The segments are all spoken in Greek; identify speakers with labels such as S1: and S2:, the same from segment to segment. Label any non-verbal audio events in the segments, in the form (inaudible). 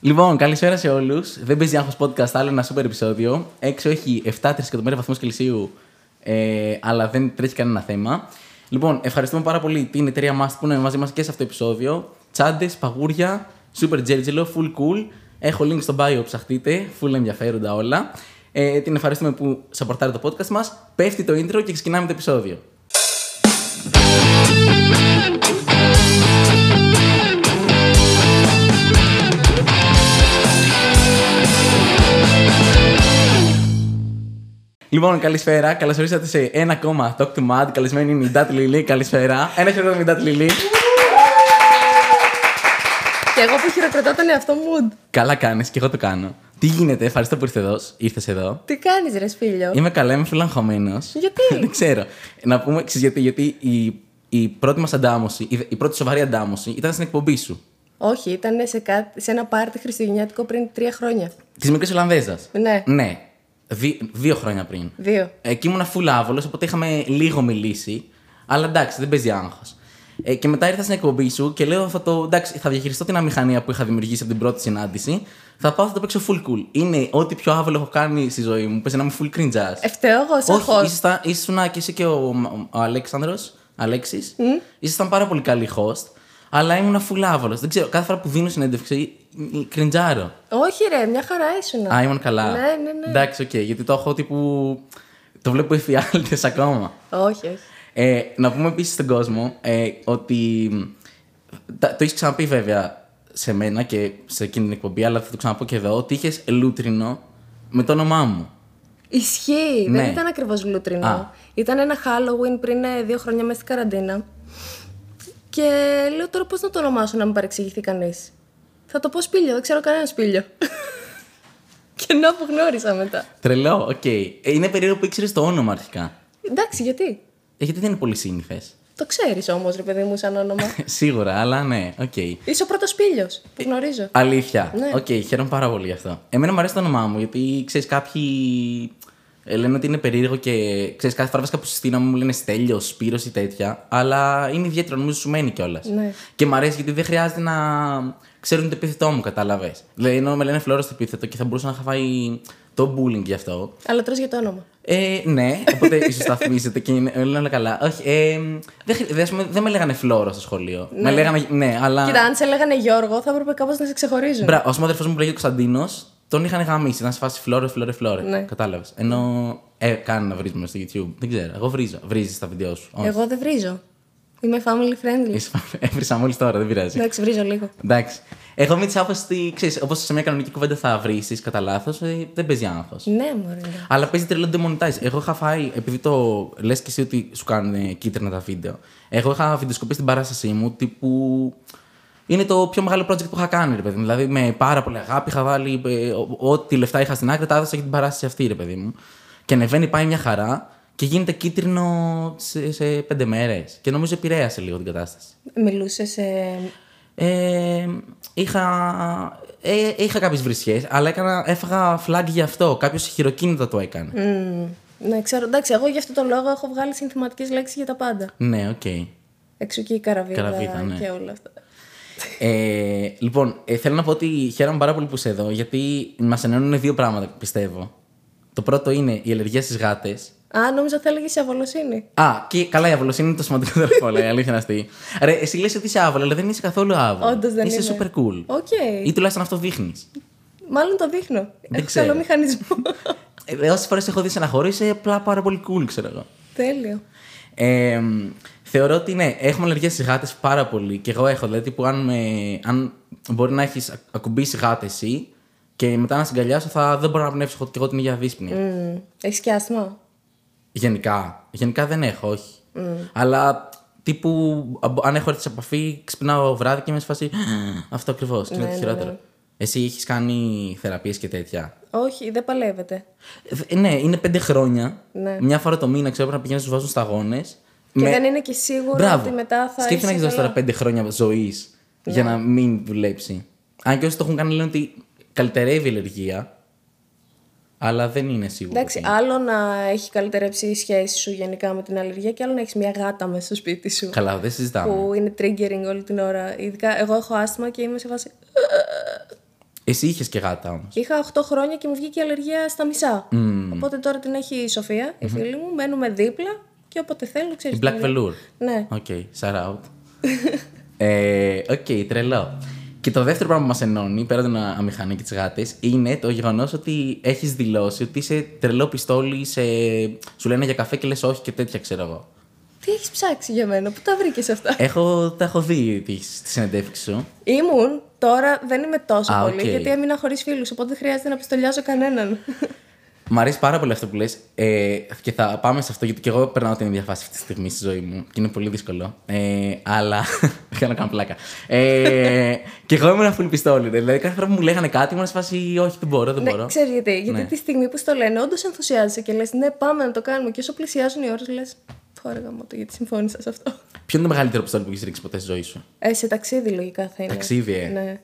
S1: Λοιπόν, καλησπέρα σε όλους. Δεν παίζει άγχος podcast, άλλο ένα super επεισόδιο. Έξω έχει 7-3 εκατομμύρια βαθμούς Κελσίου, ε, αλλά δεν τρέχει κανένα θέμα. Λοιπόν, ευχαριστούμε πάρα πολύ την εταιρεία μας που είναι μαζί μας και σε αυτό το επεισόδιο. Τσάντες, παγούρια, super τζέρτζελο, full cool. Έχω link στο bio, ψαχτείτε. Full ενδιαφέροντα όλα. Ε, την ευχαριστούμε που σαπορτάρει το podcast μας. Πέφτει το intro και ξεκινάμε το επεισόδιο. Λοιπόν, καλησπέρα. Καλώς ορίσατε σε ένα ακόμα Talk to Mad. Καλεσμένη είναι η Ντάτ Λιλή. Καλησπέρα. Ένα χειρότερο με την Ντάτ Λιλή.
S2: Και εγώ που χειροκροτώ τον εαυτό μου.
S1: Καλά κάνεις και εγώ το κάνω. Τι γίνεται, ευχαριστώ που ήρθες εδώ. Ήρθες εδώ.
S2: Τι κάνεις, ρε σπίλιο.
S1: Είμαι καλά, είμαι φυλαγχωμένο.
S2: Γιατί?
S1: (laughs) Δεν ξέρω. Να πούμε εξή, γιατί, γιατί η, η πρώτη μας αντάμωση, η, η πρώτη σοβαρή αντάμωση ήταν στην εκπομπή σου.
S2: Όχι, ήταν σε, κά... σε ένα πάρτι χριστουγεννιάτικο πριν τρία χρόνια.
S1: Της μικρής Ολλανδέζας.
S2: Ναι.
S1: Ναι. Δι- δύο χρόνια πριν.
S2: Δύο.
S1: Εκεί ήμουν φουλάβολο, οπότε είχαμε λίγο μιλήσει. Αλλά εντάξει, δεν παίζει άγχος. Ε, και μετά ήρθα στην εκπομπή σου και λέω: θα, το, εντάξει, θα διαχειριστώ την αμηχανία που είχα δημιουργήσει από την πρώτη συνάντηση. Θα πάω, θα το παίξω full cool. Είναι ό,τι πιο άβολο έχω κάνει στη ζωή μου. Πες να είμαι full cringe ass.
S2: Ευταίω εγώ σαν
S1: Όχι,
S2: host.
S1: ήσασταν, ήσουνα και εσύ και ο, ο Αλέξανδρος, Αλέξης, ήσασταν πάρα πολύ καλοί host, αλλά ήμουν φουλάβολος. Δεν ξέρω, κάθε φορά που δίνω συνέντευξη, μ, κριντζάρω.
S2: Όχι, ρε, μια χαρά ήσουν.
S1: Α, ήμουν καλά.
S2: Ναι, ναι, ναι.
S1: Εντάξει, οκ, γιατί το έχω τύπου... Το βλέπω εφιάλτες (laughs) ακόμα.
S2: Όχι, όχι.
S1: Ε, να πούμε επίσης στον κόσμο ε, ότι. τα- Το έχεις ξαναπεί βέβαια σε μένα και σε εκείνη την εκπομπή, αλλά θα το ξαναπώ και εδώ, ότι είχες λούτρινο με το όνομά μου.
S2: Ισχύει.
S1: Ναι.
S2: Δεν ήταν ακριβώς γλουτρινό.
S1: Α.
S2: Ήταν ένα Halloween πριν ε, δύο χρόνια μέσα στην καραντίνα. Και λέω τώρα πώς να το ονομάσω να μην παρεξηγηθεί κανείς. Θα το πω σπίλιο, δεν ξέρω κανένα σπίλιο. (laughs) και να που γνώρισα μετά.
S1: Τρελό, οκ. Ε, Είναι περίεργο που ήξερες το όνομα αρχικά.
S2: Εντάξει, γιατί.
S1: Ε, γιατί δεν είναι πολύ σύνηθες.
S2: Το ξέρεις όμως, ρε παιδί μου, σαν όνομα.
S1: (laughs) Σίγουρα, αλλά ναι, οκ.
S2: Είσαι ο πρώτος πήλιο
S1: Ε,
S2: που γνωρίζω.
S1: Αλήθεια.
S2: Ναι.
S1: Οκ, χαίρομαι πάρα πολύ γι' αυτό. Εμένα μου αρέσει το όνομά μου, γιατί ξέρεις, κάποιοι ε, λένε ότι είναι περίεργο και ξέρεις, κάθε φορά βασικά που συστήνω μου λένε Στέλιο, Σπύρος ή τέτοια. Αλλά είναι ιδιαίτερο, νομίζω σου μένει κιόλας.
S2: Ναι.
S1: Και μου αρέσει γιατί δεν χρειάζεται να ξέρουν το επίθετό μου, κατάλαβες. Δηλαδή, ενώ με λένε φλόρο το επίθετο και θα μπορούσα να είχα φάει το bullying γι' αυτό.
S2: Αλλά τρως για το όνομα.
S1: Ε, ναι,
S2: (laughs)
S1: οπότε ίσως σταθμίζεται και είναι είναι όλα καλά. Όχι, ε, δεν, χρει- δεν, ας πούμε, δεν με λέγανε φλόρο στο σχολείο. Με λέγανε. Ναι, αλλά.
S2: Κοίτα, αν σε λέγανε Γιώργο, θα έπρεπε κάπως να σε ξεχωρίζουν.
S1: Μπράβο, α πούμε, ο αδερφό μου που λέγεται Κωνσταντίνος, τον είχαν γαμίσει. Ήταν σε φάση φλόρε, φλόρε, φλόρε.
S2: Ναι.
S1: Κατάλαβες. Ενώ. Ε, κάνε να βρίζουμε στο YouTube. Δεν ξέρω. Εγώ βρίζω. Βρίζεις τα βίντεο σου. Όχι.
S2: Εγώ δεν βρίζω. Είμαι family friendly.
S1: Είσαι φα- (laughs) Έβρισα μόλις τώρα, δεν πειράζει.
S2: Εντάξει, βρίζω λίγο.
S1: Εντάξει. Εγώ με τη άποψη ότι ξέρεις, όπως σε μια κανονική κουβέντα θα βρίσει κατά λάθος, δεν παίζει άγχος.
S2: Ναι, μωρέ.
S1: Αλλά παίζει τρελό demonetize. Εγώ είχα φάει, επειδή το λες και εσύ ότι σου κάνουν ε, κίτρινα τα βίντεο. Εγώ είχα βιντεοσκοπήσει την παράστασή μου τύπου. Είναι το πιο μεγάλο project που είχα κάνει, ρε παιδί μου. Δηλαδή με πάρα πολύ αγάπη είχα βάλει ε, ο- ό,τι λεφτά είχα στην άκρη, τα έδωσα για την παράσταση αυτή, ρε παιδί μου. Και ανεβαίνει, πάει μια χαρά και γίνεται κίτρινο σε, σε πέντε μέρες. Και νομίζω επηρέασε λίγο την κατάσταση.
S2: Μιλούσε σε.
S1: Ε, είχα, ε, είχα κάποιες βρισιέ, αλλά έκανα, έφαγα flag γι' αυτό. Κάποιος χειροκίνητα το έκανε.
S2: Μμμ. Ναι, ξέρω. Εντάξει, εγώ γι' αυτό το λόγο έχω βγάλει συνθηματικές λέξεις για τα πάντα.
S1: Ναι, οκ.
S2: Εξού και η καραβίδα,
S1: Καραβίδα, ναι.
S2: και όλα αυτά.
S1: Ε, λοιπόν, ε, θέλω να πω ότι χαίρομαι πάρα πολύ που είσαι εδώ, γιατί μας ενώνουν δύο πράγματα, πιστεύω. Το πρώτο είναι η αλλεργία στις γάτες.
S2: Α, νόμιζα θα έλεγες η αβολοσύνη.
S1: Α, και καλά, η άβολο είναι το (laughs) σημαντικότερο από όλα, η αλήθεια να αυτή. Ρε, εσύ λες ότι είσαι άβολο, αλλά δεν είσαι καθόλου άβολο.
S2: Όντως δεν
S1: είσαι
S2: είμαι.
S1: super cool.
S2: Οκ.
S1: Ή τουλάχιστον αυτό δείχνεις.
S2: Μάλλον το δείχνω. Έχω
S1: ξέρω.
S2: καλό μηχανισμό. (laughs)
S1: Ε, Όσες φορές έχω δει σε ένα χώρο, είσαι απλά πάρα πολύ cool, ξέρω εγώ.
S2: Τέλειο.
S1: Ε, μ, θεωρώ ότι ναι, έχουμε αλλεργία στις γάτες πάρα πολύ. Και εγώ έχω. Δηλαδή, που αν, με, αν μπορεί να έχεις ακουμπήσει γάτε εσύ και μετά να συγκαλιάσω, θα, δεν μπορώ να πνεύσω έχω και εγώ την ίδια δύσπνοια.
S2: Mm. Έχεις και άσθμα.
S1: Γενικά. Γενικά δεν έχω, όχι.
S2: Mm.
S1: Αλλά τύπου αμπο- αν έχω έρθει σε επαφή, ξυπνάω βράδυ και είμαι σε φάση. Αυτό ακριβώς. Και είναι
S2: Ναι,
S1: το χειρότερο. Εσύ έχεις κάνει θεραπείες και τέτοια.
S2: Όχι, δεν παλεύεται.
S1: Ε, Ναι, είναι πέντε χρόνια.
S2: Ναι.
S1: Μια φορά το μήνα ξέρω πρέπει να πηγαίνεις να σου βάζουν σταγόνες.
S2: Και δεν είναι και σίγουρο
S1: Μπράβο.
S2: ότι μετά θα.
S1: Σκέφτε να
S2: είσαι
S1: έχεις δώσει
S2: καλά. Ναι.
S1: τώρα πέντε χρόνια ζωής για να μην δουλέψει. Αν και όσοι το έχουν κάνει λένε ότι καλυτερεύει η αλλεργία. Αλλά δεν είναι σίγουρο.
S2: Εντάξει, άλλο να έχει καλυτερέψει η σχέση σου γενικά με την αλλεργία και άλλο να έχεις μια γάτα μέσα στο σπίτι σου.
S1: Καλά, δεν συζητάμε.
S2: Που είναι triggering όλη την ώρα. Ειδικά εγώ έχω άσθημα και είμαι σε φάση.
S1: Εσύ είχες και γάτα όμως.
S2: Είχα 8 χρόνια και μου βγήκε η αλλεργία στα μισά. Οπότε τώρα την έχει η Σοφία, η φίλη μου. Μένουμε δίπλα και όποτε θέλω, ξέρεις.
S1: Η Black Velour.
S2: Ναι.
S1: Οκ, shout
S2: (laughs)
S1: out. ε, Οκ, τρελό. Και το δεύτερο πράγμα που μας ενώνει, πέρα από την α- αμηχανία και τι γάτε, είναι το γεγονός ότι έχεις δηλώσει ότι είσαι τρελό πιστόλι, σε... σου λένε για καφέ και λες όχι και τέτοια, ξέρω εγώ.
S2: Τι έχεις ψάξει για μένα, πού τα βρήκες αυτά.
S1: Έχω, τα έχω δει τη συνεντεύξη σου.
S2: Ήμουν, τώρα δεν είμαι τόσο
S1: Α,
S2: πολύ,
S1: οκ.
S2: γιατί έμεινα χωρίς φίλους, οπότε δεν χρειάζεται να πιστολιάζω κανέναν.
S1: Μ' αρέσει πάρα πολύ αυτό που λες. Ε, και θα πάμε σε αυτό, γιατί και εγώ περνάω την ίδια φάση αυτή τη στιγμή στη ζωή μου. Και είναι πολύ δύσκολο. Ε, αλλά. (laughs) Θέλω να κάνω πλάκα. Ε, και εγώ ήμουν full πιστόλι. ρε. Δηλαδή, κάθε φορά που μου λέγανε κάτι, ήμουν σε φάση Όχι, δεν μπορώ, δεν μπορώ.
S2: ναι, ξέρεις γιατί. Γιατί
S1: Ναι.
S2: τη στιγμή που στο λένε, όντως ενθουσιάζεσαι και λες: Ναι, πάμε να το κάνουμε. Και όσο πλησιάζουν οι ώρες, λες: Φόρεγα μου το γιατί συμφώνησα σε αυτό.
S1: Ποιο είναι το μεγαλύτερο πιστόλι που έχεις ρίξει ποτέ στη ζωή σου.
S2: Ε, σε ταξίδι λογικά θα είναι.
S1: Ταξίδι, ε.
S2: Ναι,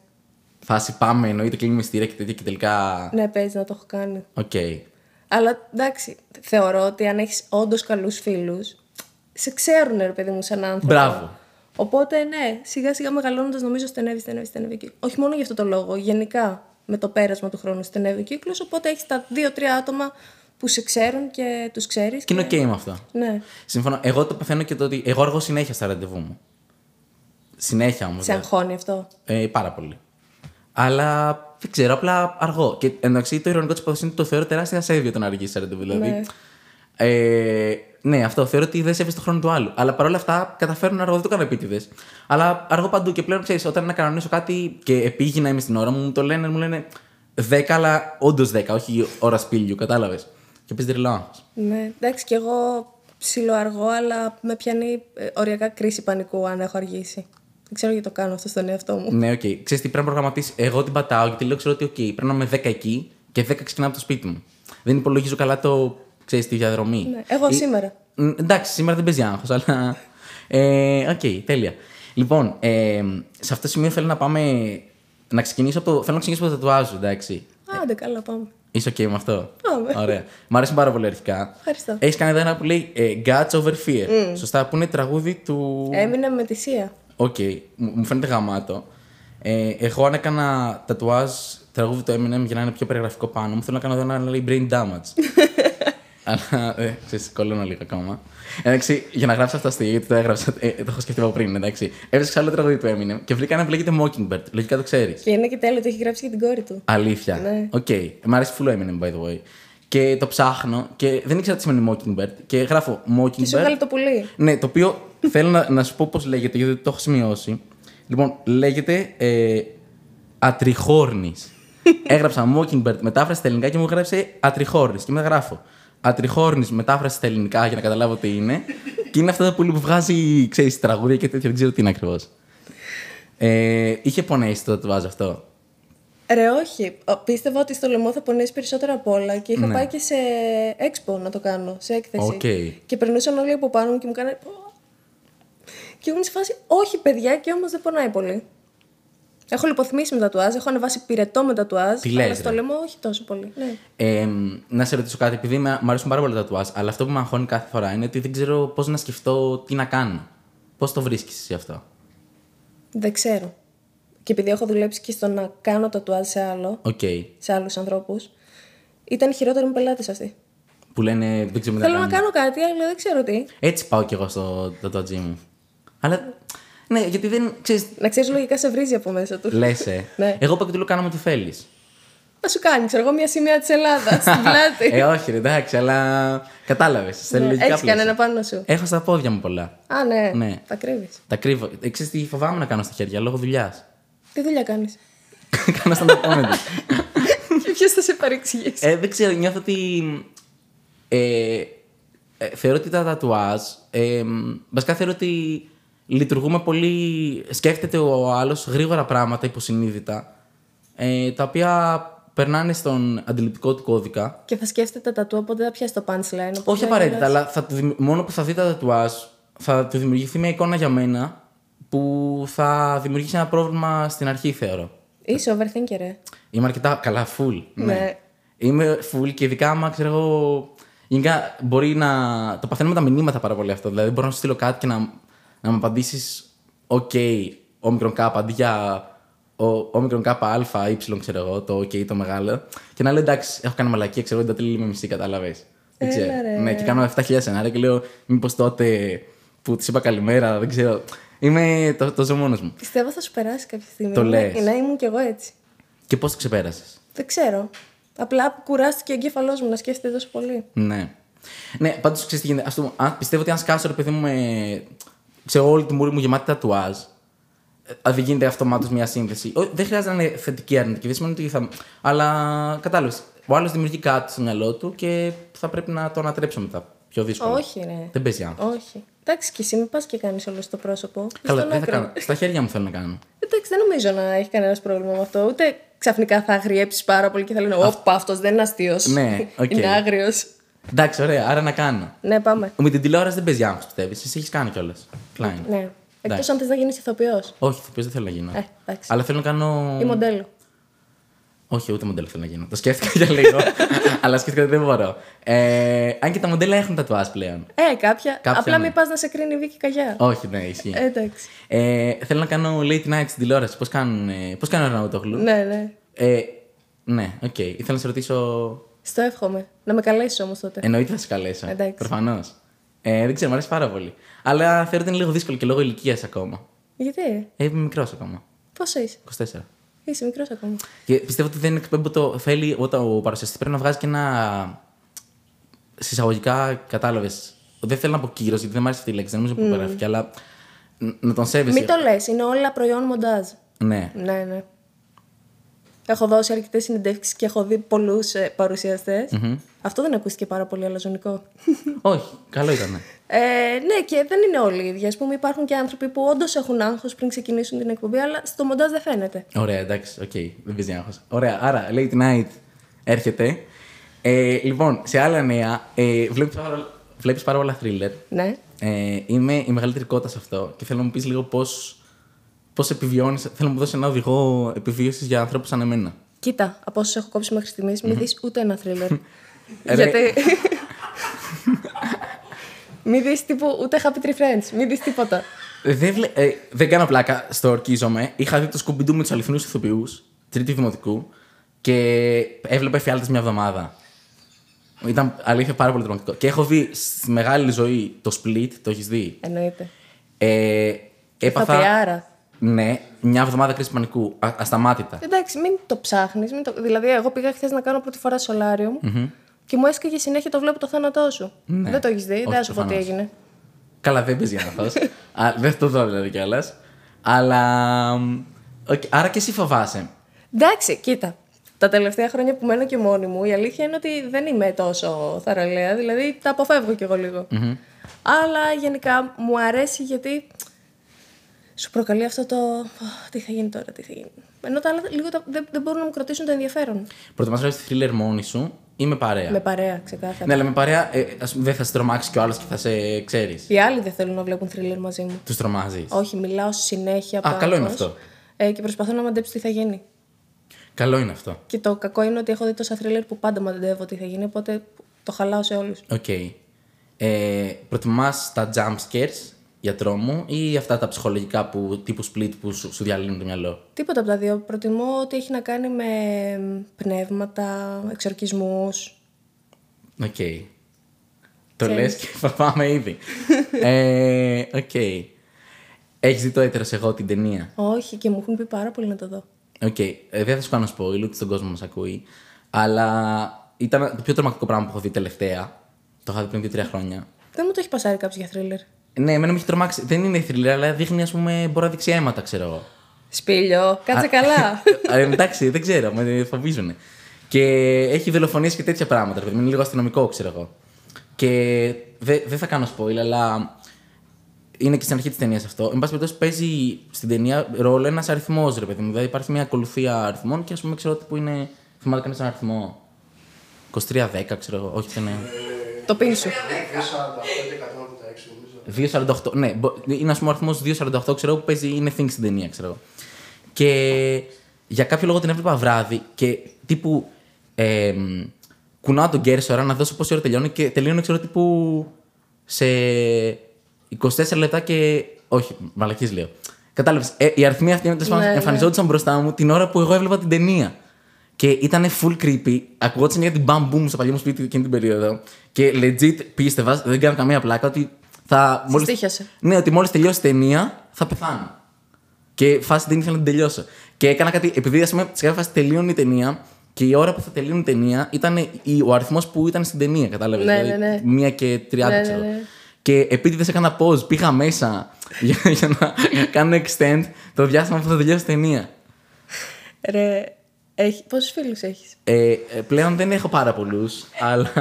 S1: Φάση πάμε, εννοείται κλείνουμε μυστήρια και τέτοια και τελικά.
S2: ναι παίζει να το έχω κάνει.
S1: Οκ.
S2: Αλλά εντάξει, θεωρώ ότι αν έχεις όντως καλούς φίλους, σε ξέρουν, ρε παιδί μου, σαν άνθρωπο.
S1: Μπράβο.
S2: Οπότε ναι, σιγά σιγά μεγαλώνοντας, νομίζω στενεύεις, στενεύεις, στενεύεις ο κύκλο. Όχι μόνο για αυτό το λόγο. Γενικά, με το πέρασμα του χρόνου στενεύει ο κύκλος. Οπότε έχεις τα δύο-τρία άτομα που σε ξέρουν και τους ξέρεις.
S1: Και είναι οκ με αυτό.
S2: Ναι.
S1: Συμφωνώ. Εγώ το παθαίνω και το ότι. Εγώ αργώ συνέχεια στα ραντεβού μου. Συνέχεια δηλαδή. όμως.
S2: Σε αγχώνει αυτό.
S1: Ε, πάρα πολύ. Αλλά δεν ξέρω, απλά αργό. Και εντάξει, το ηρωνικό της υπόθεσης είναι ότι το θεωρώ τεράστια ασέβεια το να αργήσει σε ραντεβού. Δηλαδή.
S2: Ναι.
S1: Ε, ναι, αυτό θεωρώ ότι δεν σέβεσαι τον χρόνο του άλλου. Αλλά παρόλα αυτά καταφέρνω αργό, δεν το κάνω επίτηδες. Αλλά αργό παντού και πλέον ξέρεις, όταν να κανονίσω κάτι και επήγει να είμαι στην ώρα μου, μου το λένε, μου λένε 10, αλλά όντως 10, όχι ώρα σπίλιου, κατάλαβες. Και πει τρελό.
S2: Ναι, εντάξει, κι εγώ ψηλό αργό, αλλά με πιάνει ε, οριακά κρίση πανικού αν έχω αργήσει. Δεν ξέρω γιατί το κάνω αυτό στον εαυτό μου.
S1: Ναι, οκ. Okay. Ξέρεις τι πρέπει να προγραμματίσεις. Εγώ την πατάω γιατί λέω: Ξέρω ότι οκ, πρέπει να είμαι 10 εκεί και 10 ξεκινάω από το σπίτι μου. Δεν υπολογίζω καλά το. ξέρεις τη διαδρομή.
S2: Ναι, εγώ σήμερα.
S1: Ν- Εντάξει, σήμερα δεν παίζει άγχος, αλλά. Ε, Οκ, τέλεια. Λοιπόν, ε, σε αυτό το σημείο θέλω να πάμε. Να ξεκινήσω από το. Θέλω να ξεκινήσω από το τατουάζ, σου, εντάξει.
S2: Άντε, καλά, πάμε.
S1: Είσαι οκ με αυτό.
S2: Πάμε.
S1: Ωραία. Μ' αρέσουν πάρα πολύ αρχικά.
S2: Ευχαριστώ.
S1: Έχεις κάνει εδώ ένα που λέει ε, Guts over fear. Σωστά, που είναι τραγούδι του.
S2: Έμεινε με θυσία.
S1: Οκ, μου μου φαίνεται γαμάτο. Ε, εγώ αν έκανα τατουάζ τραγούδι το Eminem για να είναι πιο περιγραφικό πάνω μου, θέλω να κάνω εδώ ένα να λέει brain damage.
S2: (laughs)
S1: Αλλά ε, ξέρεις, κολλώνω λίγο ακόμα. Ε, Εντάξει, για να γράψω αυτά στη γιατί το έγραψα, ε, το έχω σκεφτεί από πριν, εντάξει. Έβρισκε άλλο τραγούδι του Eminem και βρήκα ένα που λέγεται Mockingbird. Λογικά το ξέρεις.
S2: Και είναι και τέλειο, το έχει γράψει και την κόρη του.
S1: Αλήθεια.
S2: Ναι.
S1: Οκ. Μ' αρέσει full Eminem, by the way. Και το ψάχνω και δεν ήξερα τι σημαίνει Mockingbird. Και γράφω Mockingbird.
S2: Και σου βγάλει το πουλί.
S1: Ναι, το οποίο θέλω να, να σου πω πώς λέγεται, γιατί το έχω σημειώσει. Λοιπόν, λέγεται ε, Ατριχόρνη. Έγραψα Mockingbird, μετάφραση στα ελληνικά και μου έγραψε Ατριχόρνη. Και μετά γράφω Ατριχόρνη, μετάφραση στα ελληνικά για να καταλάβω τι είναι. και είναι αυτό το πουλί που βγάζει, ξέρεις, τραγούδια και τέτοια, δεν ξέρω τι είναι ακριβώς. Ε, είχε πονέσει το τατουάζ αυτό.
S2: Ρε, όχι. Ο- Πίστευα ότι στο λαιμό θα πονέσει περισσότερο απ' όλα και είχα
S1: Ναι.
S2: πάει και σε έξπο να το κάνω, σε έκθεση.
S1: Οκ.
S2: Και περνούσαν όλοι από πάνω μου και μου κάνανε. «Πω». Και ήμουν σε φάση, όχι παιδιά, και όμως δεν πονάει πολύ. Έχω λιποθυμίσει με τατουάζ, έχω ανεβάσει πυρετό με τατουάζ.
S1: Τι
S2: αλλά
S1: λες,
S2: στο
S1: ρε.
S2: λαιμό όχι τόσο πολύ. Ναι.
S1: Ε, να σε ρωτήσω κάτι, επειδή με- μου αρέσουν πάρα πολύ τα τατουάζ, αλλά αυτό που με αγχώνει κάθε φορά είναι ότι δεν ξέρω πώς να σκεφτώ τι να κάνω. Πώς το βρίσκεις εσύ αυτό.
S2: Δεν ξέρω. Και επειδή έχω δουλέψει και στο να κάνω τατουάζ σε άλλο,
S1: Οκ.
S2: σε άλλους ανθρώπους, ήταν χειρότεροι μου πελάτε αυτοί.
S1: Που λένε δεν ξέρω τι να
S2: Θέλω να
S1: κάνω.
S2: κάνω κάτι, αλλά δεν ξέρω τι.
S1: Έτσι πάω κι εγώ στο τατουατζί μου. Αλλά. Ναι, γιατί δεν ξέρεις.
S2: Να ξέρεις λογικά σε βρίζει από μέσα του.
S1: Λες, ε.
S2: (laughs) Ναι.
S1: Εγώ πάω και του λέω κάνω ό,τι θέλεις.
S2: Να σου κάνει, ξέρω εγώ, μια σημαία της Ελλάδας στην πλάτη.
S1: (laughs) ε, όχι, ρε, εντάξει, αλλά κατάλαβες. Σε λογικά
S2: Έχει
S1: πλαίσια.
S2: κανένα πάνω σου.
S1: Έχω στα πόδια μου πολλά.
S2: Α, ναι.
S1: Ναι.
S2: Τα κρύβεις.
S1: Τα κρύβω. Ε, ξέρεις τι φοβάμαι να κάνω στα χέρια λόγω δουλειάς.
S2: Τι δουλειά (laughs) κάνεις.
S1: (laughs) κάνω σαν τα πόδια.
S2: και ποιος θα σε παρεξηγήσει.
S1: Ε, δεν ξέρω, νιώθω ότι. Ε, ε, θεωρώ ότι τα τατουάζ. Ε, μ, βασικά θεωρώ ότι λειτουργούμε πολύ. Σκέφτεται ο άλλος γρήγορα πράγματα υποσυνείδητα. Ε, τα οποία περνάνε στον αντιληπτικό του κώδικα.
S2: Ε, και θα σκέφτεται τα τατού, οπότε θα πιάσει το punchline. οπότε
S1: Όχι
S2: θα
S1: απαραίτητα,
S2: γελάς.
S1: αλλά θα του δημι- μόνο που θα δει τα τατουάζ θα του δημιουργηθεί μια εικόνα για μένα που θα δημιουργήσει ένα πρόβλημα στην αρχή, θεωρώ.
S2: Είσαι overthinker, ε.
S1: Είμαι αρκετά καλά, full. Ναι.
S2: Ναι.
S1: Είμαι full και ειδικά άμα ξέρω εγώ. Γενικά μπορεί να. Το παθαίνω με τα μηνύματα πάρα πολύ αυτό. Δηλαδή μπορώ να σου στείλω κάτι και να, να μου απαντήσεις OK, όμικρον κάπα αντί για ο όμικρον κάπα αλφα ή ξέρω εγώ, το OK, το μεγάλο. Και να λέω εντάξει, έχω κάνει μαλακία, ξέρω εγώ, την τελείω με μισή, κατάλαβες.
S2: Έλα, ρε.
S1: Ναι, και κάνω 7.000 σενάρια και λέω, μήπως τότε που της είπα καλημέρα, δεν ξέρω. Είμαι το, το ζω μόνος μου.
S2: Πιστεύω θα σου περάσει κάποια στιγμή.
S1: Το
S2: Ναι,
S1: λες.
S2: Να ήμουν κι εγώ έτσι.
S1: Και πώς το ξεπέρασες.
S2: Δεν ξέρω. Απλά κουράστηκε ο εγκέφαλός μου να σκέφτεται τόσο πολύ.
S1: Ναι. Ναι, πάντως ξέρεις τι γίνεται. Ας το, αν, πιστεύω ότι αν σκάσω, ρε παιδί μου, με, σε όλη τη μούρη μου γεμάτη τατουάζ, ε, δεν γίνεται αυτομάτως μια σύνθεση. Ο- δεν χρειάζεται να είναι θετική ή αρνητική, δεν σημαίνει ότι θα. Αλλά κατάλαβες. Ο άλλος δημιουργεί κάτι στο μυαλό του και θα πρέπει να το ανατρέψω μετά. Πιο δύσκολο.
S2: Όχι, ρε.
S1: Δεν παίζει άνθρωπος.
S2: Όχι. Εντάξει, και εσύ μην πας και κάνεις όλο στο πρόσωπο.
S1: Καλά,
S2: Στον
S1: δεν θα
S2: άκρο.
S1: κάνω. Στα χέρια μου θέλω να κάνω.
S2: Εντάξει, δεν νομίζω να έχει κανένα πρόβλημα με αυτό. Ούτε ξαφνικά θα αγριέψεις πάρα πολύ και θα λένε Όπα, αυτός δεν είναι αστείος.
S1: Ναι, οκ.
S2: (laughs) είναι άγριος.
S1: Εντάξει, ωραία, άρα να κάνω.
S2: Ναι, πάμε.
S1: Με την τηλεόραση δεν παίζει άγχος, πιστεύεις. Εσύ έχεις κάνει κιόλας. Κλάιν.
S2: Ναι.
S1: Εντάξει.
S2: Εκτός αν θες να γίνεις ηθοποιός
S1: Όχι, ηθοποιός δεν θέλω να γίνω.
S2: Ε, εντάξει.
S1: Αλλά θέλω να κάνω.
S2: ή μοντέλο.
S1: Όχι, ούτε μοντέλο θέλω να γίνω. Το σκέφτηκα (laughs) για λίγο. αλλά σκέφτηκα ότι δεν μπορώ. Ε, αν και τα μοντέλα έχουν τατουάζ πλέον.
S2: Ε, κάποια.
S1: Κάποια,
S2: Απλά
S1: ναι.
S2: μην πας να σε κρίνει η Βίκυ Καγιά.
S1: Όχι, ναι, ισχύει.
S2: Ε, εντάξει.
S1: Ε, θέλω να κάνω late night στην τηλεόραση. Πώς κάνουν. ε, Πώς κάνει ο Ραναουτογλου.
S2: Ναι, ναι.
S1: Ε, ναι, οκ. Ήθελα να σε ρωτήσω.
S2: Στο εύχομαι. Να με καλέσει όμως τότε.
S1: Εννοείται θα σε καλέσω.
S2: Εντάξει.
S1: Προφανώς. Ε, δεν ξέρω, μου αρέσει πάρα πολύ. Αλλά θεωρώ ότι είναι λίγο δύσκολο και λόγω ηλικίας ακόμα.
S2: Γιατί,
S1: Ε, είμαι μικρός ακόμα.
S2: πόσο είσαι.
S1: 24.
S2: Είσαι μικρός ακόμα.
S1: Και πιστεύω ότι δεν εκπέμπω το. Θέλει όταν ο παρουσιαστής πρέπει να βγάζει και ένα. Συσσαγωγικά κατάλαβε. Δεν θέλω να πω κύριο, γιατί δεν μου αρέσει αυτή η λέξη, δεν νομίζω που υπογράφηκε, αλλά ν- να τον σέβεσαι.
S2: Μην το λες, είναι όλα προϊόν μοντάζ.
S1: Ναι.
S2: Ναι, ναι. Έχω δώσει αρκετές συνεντεύξεις και έχω δει πολλούς παρουσιαστε Αυτό δεν ακούστηκε πάρα πολύ αλαζονικό.
S1: Όχι, καλό ήταν.
S2: Ε, ναι, και δεν είναι όλοι οι ίδιοι. Ας πούμε, υπάρχουν και άνθρωποι που όντως έχουν άγχος πριν ξεκινήσουν την εκπομπή, αλλά στο μοντάζ δεν φαίνεται.
S1: Ωραία, εντάξει, οκ, δεν παίζει άγχος. Ωραία, άρα late night έρχεται. Ε, λοιπόν, σε άλλα νέα, ε, βλέπεις πάρα, βλέπεις πάρα πολλά thriller.
S2: Ναι.
S1: Ε, είμαι η μεγαλύτερη κότα σε αυτό και θέλω να μου πεις λίγο πώς. Πώς επιβιώνεις, θέλω να μου δώσεις ένα οδηγό επιβίωσης για ανθρώπους σαν εμένα.
S2: Κοίτα, από όσους έχω κόψει μέχρι στιγμής, μην δεις ούτε ένα θρίλερ.
S1: Ε, Ρε.
S2: Γιατί. μην δεις τύπου ούτε happy tree friends, μην δεις τίποτα.
S1: Δεν, βλε... ε, δεν κάνω πλάκα, στο ορκίζομαι. Είχα δει το Scooby-Doo με τους αληθινούς ηθοποιούς, τρίτη δημοτικού, και έβλεπα εφιάλτες μια εβδομάδα. Ήταν αλήθεια πάρα πολύ τρομακτικό. Και έχω δει στη μεγάλη ζωή το Split, το έχεις δει.
S2: Εννοείται.
S1: Ε, έπαθα.
S2: Παπιάρα.
S1: Ναι, μια εβδομάδα κρίση πανικού. α- ασταμάτητα.
S2: Εντάξει, μην το ψάχνεις. Το... Δηλαδή, εγώ πήγα χθες να κάνω πρώτη φορά σολάριουμ και μου έσκαγε συνέχεια το βλέπω το θάνατό σου.
S1: Ναι.
S2: Δεν το έχεις δει,
S1: Όχι,
S2: δεν θα σου πω τι
S1: προφανώς.
S2: έγινε.
S1: Καλά, δεν παίζει άγχο. δεν θα το δω δηλαδή κιόλας. Αλλά. μ, οκ, άρα και εσύ φοβάσαι.
S2: Εντάξει, κοίτα. Τα τελευταία χρόνια που μένω και μόνη μου, η αλήθεια είναι ότι δεν είμαι τόσο θαραλέα, δηλαδή τα αποφεύγω κι εγώ λίγο. Αλλά γενικά μου αρέσει γιατί σου προκαλεί αυτό το. «Ω, Τι θα γίνει τώρα, τι θα γίνει. Ενώ τα άλλα λίγο τα- δεν, δεν μπορούν να μου κρατήσουν το ενδιαφέρον.
S1: Προτιμάς να τη thriller μόνη σου ή με παρέα.
S2: Με παρέα, ξεκάθαρα.
S1: Ναι, αλλά με παρέα ε, ας πούμε, δεν θα σε τρομάξει κι ο άλλος και θα σε ξέρεις.
S2: Οι άλλοι δεν θέλουν να βλέπουν θρίλερ μαζί μου.
S1: Τους τρομάζεις.
S2: Όχι, μιλάω συνέχεια. πάνω
S1: καλό είναι
S2: μας,
S1: αυτό.
S2: Ε, και προσπαθώ να μαντέψω τι θα γίνει.
S1: Καλό είναι αυτό.
S2: Και το κακό είναι ότι έχω δει τόσα θρίλερ που πάντα μαντεύω τι θα γίνει, οπότε το χαλάω σε όλους.
S1: Οκ. Ε, Προτιμάς τα jump scares για τρόμο ή αυτά τα ψυχολογικά που, τύπου split που σου, σου διαλύνουν το μυαλό.
S2: Τίποτα από τα δύο. Προτιμώ ότι έχει να κάνει με μ, πνεύματα, εξορκισμούς.
S1: Οκ. Το λες και φοβάμαι ήδη. ε, Οκ. Έχεις δει το έτερος εγώ την ταινία.
S2: Όχι, και μου έχουν πει πάρα πολύ να το δω.
S1: Οκ. Ε, δεν θα σου κάνω spoil, ούτε στον κόσμο μας ακούει. Αλλά ήταν το πιο τρομακτικό πράγμα που έχω δει τελευταία. Το είχα δει πριν 2-3 χρόνια.
S2: Δεν μου το έχει πασάρει κάποιος για θρίλερ.
S1: Ναι, εμένα με έχει τρομάξει. Δεν είναι thriller, αλλά δείχνει, ας πούμε, μπορεί να δείξει αίματα, ξέρω εγώ.
S2: Σπίλιο, κάτσε
S1: (laughs)
S2: καλά.
S1: Ε, Εντάξει, δεν ξέρω, με φοβίζουν. Και έχει δολοφονίες και τέτοια πράγματα. ρε παιδί μου, Είναι λίγο αστυνομικό, ξέρω εγώ. Και δε- δεν θα κάνω spoil, αλλά είναι και στην αρχή της ταινίας αυτό. Εν πάση περιπτώσει, παίζει στην ταινία ρόλο ένας αριθμός, ρε παιδί μου. Δηλαδή υπάρχει μια ακολουθία αριθμών και ας πούμε, ξέρω ότι που είναι. Θυμάται κανείς έναν αριθμό. 23-10, ξέρω εγώ. Όχι, δεν είναι.
S2: το πίνεις σου.
S3: 2,45 νομίζω.
S1: 2,48. Ναι, μπο- είναι ας πούμε ο αριθμός 2,48, ξέρω που παίζει, είναι thing στην ταινία, ξέρω εγώ. Και για κάποιο λόγο την έβλεπα βράδυ και τύπου. Ε, μ, κουνάω τον κέρσορα να δώσω πόση ώρα τελειώνει και τελειώνει, ξέρω τύπου. σε 24 λεπτά και. Όχι, μαλακής λέω. Κατάλαβες. Ε, οι αριθμοί αυτοί τέλος πάντων,
S2: Ναι, ναι.
S1: εμφανιζόντουσαν μπροστά μου την ώρα που εγώ έβλεπα την ταινία. Και ήταν full creepy. Ακουγόταν για την μπαμ boom στο παλιό μου σπίτι εκείνη την περίοδο. Και legit πίστευα, δεν κάνω καμία πλάκα, ότι θα. μόλις-
S2: στήχιασε.
S1: Ναι, ότι μόλις τελειώσει η ταινία θα πεθάνω. Και φάση δεν ήθελα να την τελειώσω. Και έκανα κάτι, επειδή ας πούμε σε κάποια φάση τελείωνε η ταινία και η ώρα που θα τελείωνε η ταινία ήταν η- ο αριθμός που ήταν στην ταινία, κατάλαβες.
S2: Ναι, ναι, ναι.
S1: Μία και 30
S2: Ναι, ναι,
S1: ξέρω.
S2: ναι.
S1: Και επίτηδε έκανα pause, πήγα μέσα (laughs) για, για να κάνω extend το διάστημα που θα τελειώσει η ταινία.
S2: Ρε, έχει... πόσους φίλους έχεις.
S1: Ε, ε, πλέον δεν έχω πάρα πολλούς, αλλά.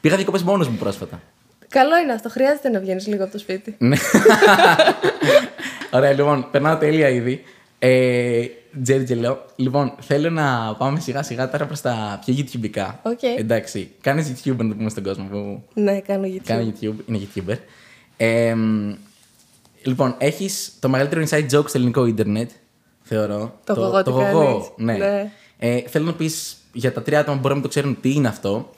S1: Πήγα διακοπές μόνος μου πρόσφατα.
S2: Καλό είναι αυτό, χρειάζεται να βγαίνεις λίγο από το σπίτι.
S1: Ναι. Ωραία, λοιπόν, περνάω τέλεια ήδη. Ε, Τζέρι Τζελό. Λοιπόν, θέλω να πάμε σιγά σιγά τώρα προς τα πιο YouTube.
S2: Οκ.
S1: Εντάξει, κάνεις YouTube να το πούμε στον κόσμο που
S2: Ναι, κάνω YouTube.
S1: κάνει YouTube, είναι YouTuber. Ε, μ, λοιπόν, έχεις το μεγαλύτερο inside joke στο ελληνικό ίντερνετ, θεωρώ.
S2: Το
S1: το
S2: γογό τι
S1: γογό,
S2: κάνεις.
S1: ναι.
S2: Ναι.
S1: Ε, θέλω να πεις για τα τρία άτομα που μπορεί να το ξέρουν τι είναι αυτό.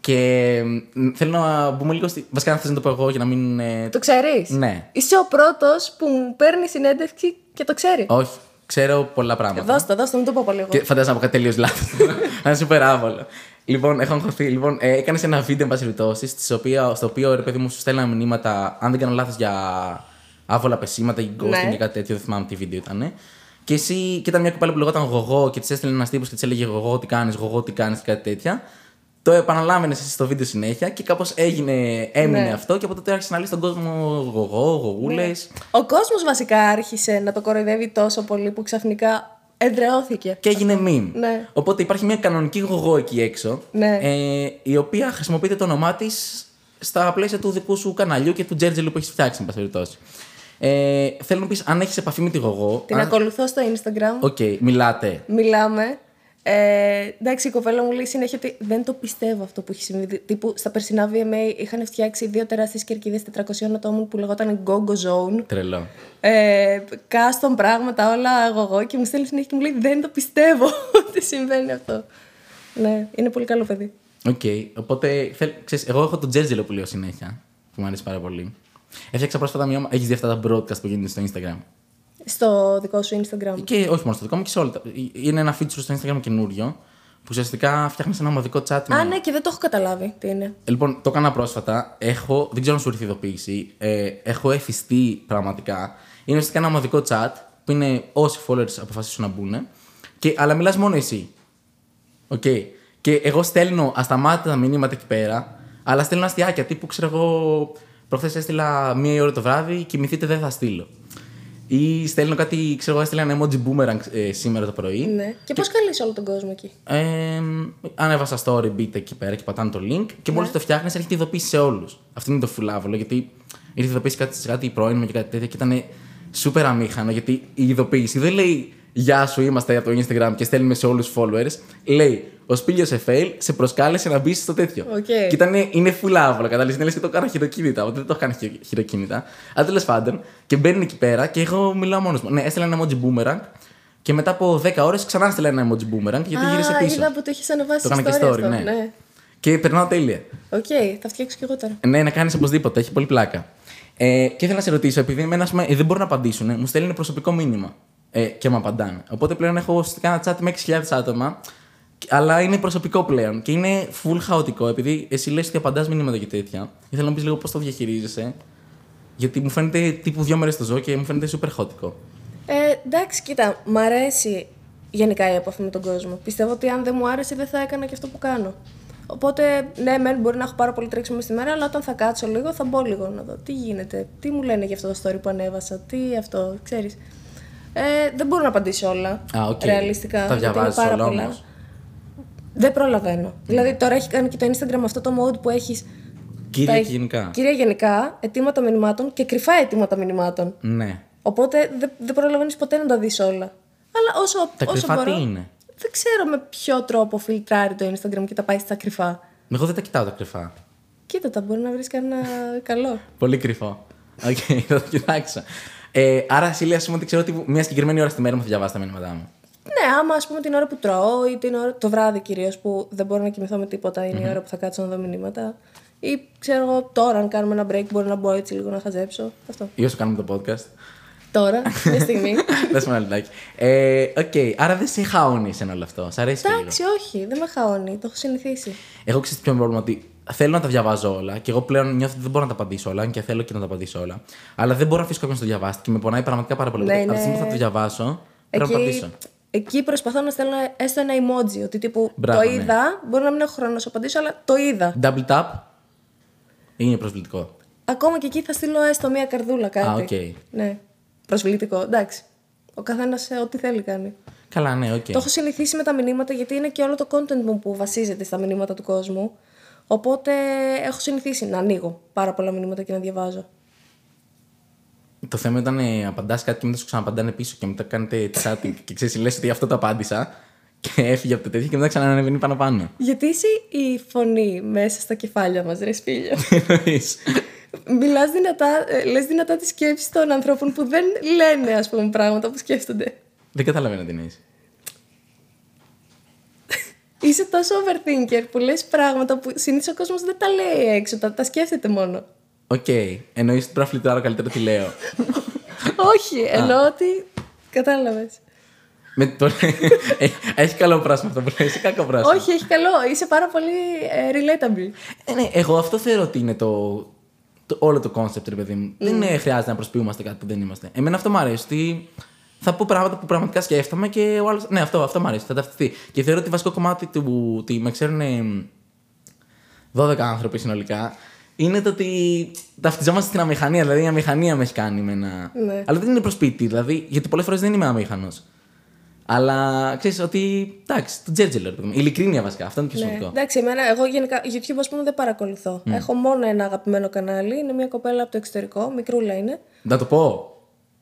S1: Και μ, θέλω να μπούμε λίγο στη. Βασικά, αν θες να το πω εγώ για να μην. ε,
S2: Το ξέρεις.
S1: Ναι.
S2: Είσαι ο πρώτος που μου παίρνει συνέντευξη και το ξέρει.
S1: Όχι, ξέρω πολλά πράγματα.
S2: Δώστα, δώστα, μην το πω πολύ εγώ.
S1: Και φαντάζομαι να πω κάτι τελείως
S2: (laughs)
S1: λάθος. Αν σου περάβολο. Λοιπόν, έχω αγχωθεί. Λοιπόν, ε, έκανες ένα βίντεο, εν πάση περιπτώσει, στις οποία- στο οποίο ρε παιδί μου σου στέλνανε μηνύματα, αν δεν κάνω λάθος, για άβολα πεσήματα ή ghosting
S2: Ναι.
S1: ή κάτι τέτοιο. Δεν θυμάμαι τι βίντεο ήταν. Και εσύ, και ήταν μια κοπέλα που λεγόταν Γογό και της έστειλε ένας τύπος και της έλεγε Γογό, τι κάνεις, Γογό, τι κάνεις και κάτι τέτοια. Το επαναλάμβανε εσύ στο βίντεο συνέχεια και κάπως έγινε, έμεινε
S2: Ναι.
S1: αυτό και από τότε άρχισε να λέει στον κόσμο Γογό, Γογούλες.
S2: Ο κόσμος βασικά άρχισε να το κοροϊδεύει τόσο πολύ που ξαφνικά εδρεώθηκε.
S1: και έγινε meme.
S2: Ναι.
S1: Οπότε υπάρχει μια κανονική γογό εκεί έξω,
S2: Ναι.
S1: ε, η οποία χρησιμοποιείται το όνομά της στα πλαίσια του δικού σου καναλιού και του τζέρτζελου που έχεις φτιάξει, εν πάση περιπτώσει. Ε, θέλω να πεις αν έχεις επαφή με τη γογό.
S2: Την
S1: αν-
S2: ακολουθώ στο Instagram.
S1: Οκ, μιλάτε.
S2: Μιλάμε. Ε, εντάξει, η κοπέλα μου λέει συνέχεια ότι δεν το πιστεύω αυτό που έχει συμβεί. Δη- Τύπου στα περσινά VMA είχαν φτιάξει δύο τεράστιες κερκίδες 400 ατόμων που λεγόταν Gogo Zone.
S1: Τρελό.
S2: Ε, custom πράγματα, όλα εγώ και μου στέλνει συνέχεια και μου λέει Δεν το πιστεύω (laughs) ότι συμβαίνει αυτό. Ναι, είναι πολύ καλό παιδί.
S1: Οκ, οπότε θέλ, ξέρεις, εγώ έχω το τζέρτζελο που λέω συνέχεια, που μου αρέσει πάρα πολύ. Έφτιαξα πρόσφατα μια. Έχεις δει αυτά τα broadcast που γίνονται στο Instagram.
S2: Στο δικό σου Instagram.
S1: Και όχι μόνο στο δικό μου και σε όλα. τα- Είναι ένα feature στο Instagram καινούριο που ουσιαστικά φτιάχνεις ένα ομαδικό chat με
S2: Α, ναι, και δεν το έχω καταλάβει τι είναι.
S1: Ε, Λοιπόν, το έκανα πρόσφατα. Έχω, δεν ξέρω αν σου ήρθε η ειδοποίηση. Ε, έχω εφιστεί πραγματικά. Είναι ουσιαστικά ένα ομαδικό chat που είναι όσοι followers αποφασίσουν να μπουν. Και, αλλά μιλάς μόνο εσύ. Οκ. Και εγώ στέλνω ασταμάτητα μηνύματα εκεί πέρα, αλλά στέλνω αστιάκια τύπου ξέρω εγώ. Προχθές έστειλα μία η ώρα το βράδυ, κοιμηθείτε δεν θα στείλω. Ή στέλνω κάτι, ξέρω εγώ, έστειλα ένα emoji boomerang ε, σήμερα το πρωί.
S2: Ναι. Και πώς καλείς όλο τον κόσμο εκεί.
S1: Ε, ανέβασα story, μπείτε εκεί πέρα και πατάνε το link και μόλις το φτιάχνεις έρχεται η ειδοποίηση σε όλους. Αυτό είναι το φουλάβολο γιατί ήρθε η ειδοποίηση κάτι, σε κάτι πρώην μου και κάτι τέτοιο και ήταν super αμήχανο γιατί η ειδοποίηση δεν λέει Γεια σου, είμαστε από το Instagram και στέλνουμε σε όλους τους followers. Λέει Ο Σπίλιος Εφέιλ σε προσκάλεσε να μπει στο τέτοιο.
S2: Οκ.
S1: Και ήταν, είναι φουλάβολο, κατάλαβε. Είναι λες και το έκανα χειροκίνητα. Οπότε δεν το έκανα χειρο- χειροκίνητα. Αλλά τέλος πάντων. Και μπαίνει εκεί πέρα και εγώ μιλάω μόνος μου. Ναι, έστειλα ένα emoji boomerang και μετά από 10 ώρες ξανά έστειλα ένα emoji boomerang γιατί
S2: Α,
S1: γύρισε πίσω.
S2: είδα που το έχεις ανεβάσει
S1: Το έκανα και story,
S2: story αυτό.
S1: ναι. Και περνάω τέλεια.
S2: Οκ, θα φτιάξω κι εγώ τώρα.
S1: Ναι, να κάνεις οπωσδήποτε, έχει πολύ πλάκα. Ε, και ήθελα να σε ρωτήσω, επειδή εμένα ας πούμε, ε, δεν μπορούν να απαντήσουν, μου στέλνουν προσωπικό μήνυμα ε, και μου απαντάνε. Οπότε πλέον έχω ουσιαστικά ένα chat με 6.000 άτομα, και- αλλά είναι προσωπικό πλέον και είναι full χαοτικό, επειδή εσύ λες ότι απαντάς μηνύματα και τέτοια. Ήθελα να μου πεις λίγο πώς το διαχειρίζεσαι. Γιατί μου φαίνεται τύπου δύο μέρες το ζω και μου φαίνεται super χαοτικό.
S2: Ε, εντάξει, κοίτα, μ' αρέσει γενικά η επαφή με τον κόσμο. Πιστεύω ότι αν δεν μου άρεσε δεν θα έκανα και αυτό που κάνω. Οπότε, ναι, μεν μπορεί να έχω πάρα πολύ τρέξιμο στη μέρα, αλλά όταν θα κάτσω λίγο, θα μπω λίγο να δω τι γίνεται, τι μου λένε για αυτό το story που ανέβασα, τι αυτό, ξέρεις. Ε, δεν μπορώ να απαντήσω όλα.
S1: Α, οκ.
S2: Ρεαλιστικά.
S1: Τα
S2: γιατί είναι
S1: διαβάζεις
S2: πάρα
S1: όλα
S2: πολλά.
S1: όμως. Ναι.
S2: Δεν προλαβαίνω. Δηλαδή, τώρα έχει κάνει και το Instagram αυτό το mode που έχεις.
S1: Κύριε και γενικά.
S2: Κύρια γενικά, αιτήματα μηνυμάτων και κρυφά αιτήματα μηνυμάτων.
S1: Ναι.
S2: Οπότε δεν δεν προλαβαίνεις ποτέ να τα δεις όλα. Αλλά όσο,
S1: Τα
S2: όσο
S1: κρυφά
S2: μπορώ.
S1: τι είναι.
S2: Δεν ξέρω με ποιο τρόπο φιλτράρει το Instagram και τα πάει στα κρυφά.
S1: Εγώ δεν τα κοιτάω τα κρυφά.
S2: Κοίτα τα, μπορεί να βρεις κανένα καλό.
S1: Πολύ κρυφό. Οκ, θα το κοιτάξω. Ε, άρα, εσύ λέει, ας πούμε, ότι ξέρω ότι μια συγκεκριμένη ώρα στη μέρα μου θα διαβάσει τα μηνύματά μου.
S2: Ναι, άμα ας πούμε την ώρα που τρώω ή την ώρα, το βράδυ κυρίως που δεν μπορώ να κοιμηθώ με τίποτα, είναι η ώρα που θα κάτσω να δω μηνύματα. Ή ξέρω εγώ τώρα, αν κάνουμε ένα break, μπορώ να μπω έτσι λίγο να χαζέψω. Αυτό. (laughs)
S1: Ή όσο κάνουμε το podcast. (laughs)
S2: Τώρα, μια στιγμή.
S1: Δες μου ένα λεπτάκι. Ε, Οκ, άρα δεν σε χαώνει σε όλο αυτό. Σ' αρέσει και λίγο.
S2: Εντάξει, όχι, δεν με χαώνει, το έχω συνηθίσει.
S1: Εγώ ξέρω ποιο είναι το πρόβλημα. Ότι θέλω να τα διαβάζω όλα και εγώ πλέον νιώθω ότι δεν μπορώ να τα απαντήσω όλα, αν και θέλω και να τα απαντήσω όλα. Αλλά δεν μπορώ να αφήσω κάποιον να το διαβάσει και με πονάει πραγματικά πάρα πολύ.
S2: Ναι,
S1: Οπότε Από τη
S2: ναι.
S1: στιγμή που θα το διαβάσω, πρέπει να απαντήσω.
S2: εκεί προσπαθώ να στέλνω έστω ένα emoji. Ότι τύπου
S1: Μπράβο,
S2: το
S1: ναι.
S2: είδα. Μπορεί να μην έχω χρόνο να σου απαντήσω, αλλά το είδα.
S1: Double tap είναι προσβλητικό.
S2: Ακόμα και εκεί θα στείλω έστω μία καρδούλα κάτι.
S1: Α, οκ.
S2: Ναι. Προσβλητικό. Εντάξει. Ο καθένας ό,τι θέλει κάνει.
S1: Καλά, ναι, οκ.
S2: Το έχω συνηθίσει με τα μηνύματα γιατί είναι και όλο το content μου που βασίζεται στα μηνύματα του κόσμου. Οπότε έχω συνηθίσει να ανοίγω πάρα πολλά μηνύματα και να διαβάζω.
S1: Το θέμα ήταν ε, απαντάς κάτι και μετά σου ξαναπαντάνε πίσω και μετά κάνετε τσάτι και ξέρεις, λες ότι αυτό το απάντησα και έφυγε από το τέτοιο και μετά ξανανεβαίνει πάνω (laughs) πάνω.
S2: Γιατί είσαι η φωνή μέσα στα κεφάλια μας, ρε σπίλιο.
S1: Εννοείς.
S2: Μιλάς δυνατά, ε, λες δυνατά τη σκέψη των ανθρώπων που δεν λένε, ας πούμε, πράγματα που σκέφτονται.
S1: δεν καταλαβαίνω τι εννοείς.
S2: Είσαι τόσο overthinker που λες πράγματα που συνήθως ο κόσμος δεν τα λέει έξω, τα, τα σκέφτεται μόνο.
S1: Οκ, εννοείς ότι πρέπει να φλιτάρω καλύτερα τι λέω.
S2: Όχι, εννοώ ότι. Κατάλαβες.
S1: Με το... (laughs) Ε, Έχει καλό πράσινο αυτό που λέει, έχει κακό πράσινο.
S2: Όχι, έχει καλό. Είσαι πάρα πολύ ε, relatable.
S1: Ε, ναι, εγώ αυτό θεωρώ ότι είναι το, το- όλο το concept, ρε παιδί
S2: Mm.
S1: μου. Δεν ε, χρειάζεται να προσποιούμαστε κάτι που δεν είμαστε. Εμένα αυτό μου αρέσει. Ότι θα πω πράγματα που πραγματικά σκέφτομαι και ο άλλος. Ναι, αυτό, αυτό μου αρέσει. Θα ταυτιστεί. Και θεωρώ ότι βασικό κομμάτι του ότι με ξέρουν ε, 12 άνθρωποι συνολικά είναι το ότι ταυτιζόμαστε στην αμηχανία. Δηλαδή η αμηχανία με έχει κάνει με ένα.
S2: Ναι.
S1: Αλλά δεν είναι προσποιητή, δηλαδή, γιατί πολλές φορές δεν είμαι αμήχανος. Αλλά ξέρεις ότι. Εντάξει, το τζέτζελο, ρε παιδί μου. Ειλικρίνεια βασικά. Αυτό είναι πιο
S2: Ναι.
S1: σημαντικό.
S2: Εντάξει, εμένα, εγώ γενικά YouTube ας πούμε δεν παρακολουθώ. Έχω μόνο ένα αγαπημένο κανάλι. Είναι μια κοπέλα από το εξωτερικό, μικρούλα είναι.
S1: Να το πω.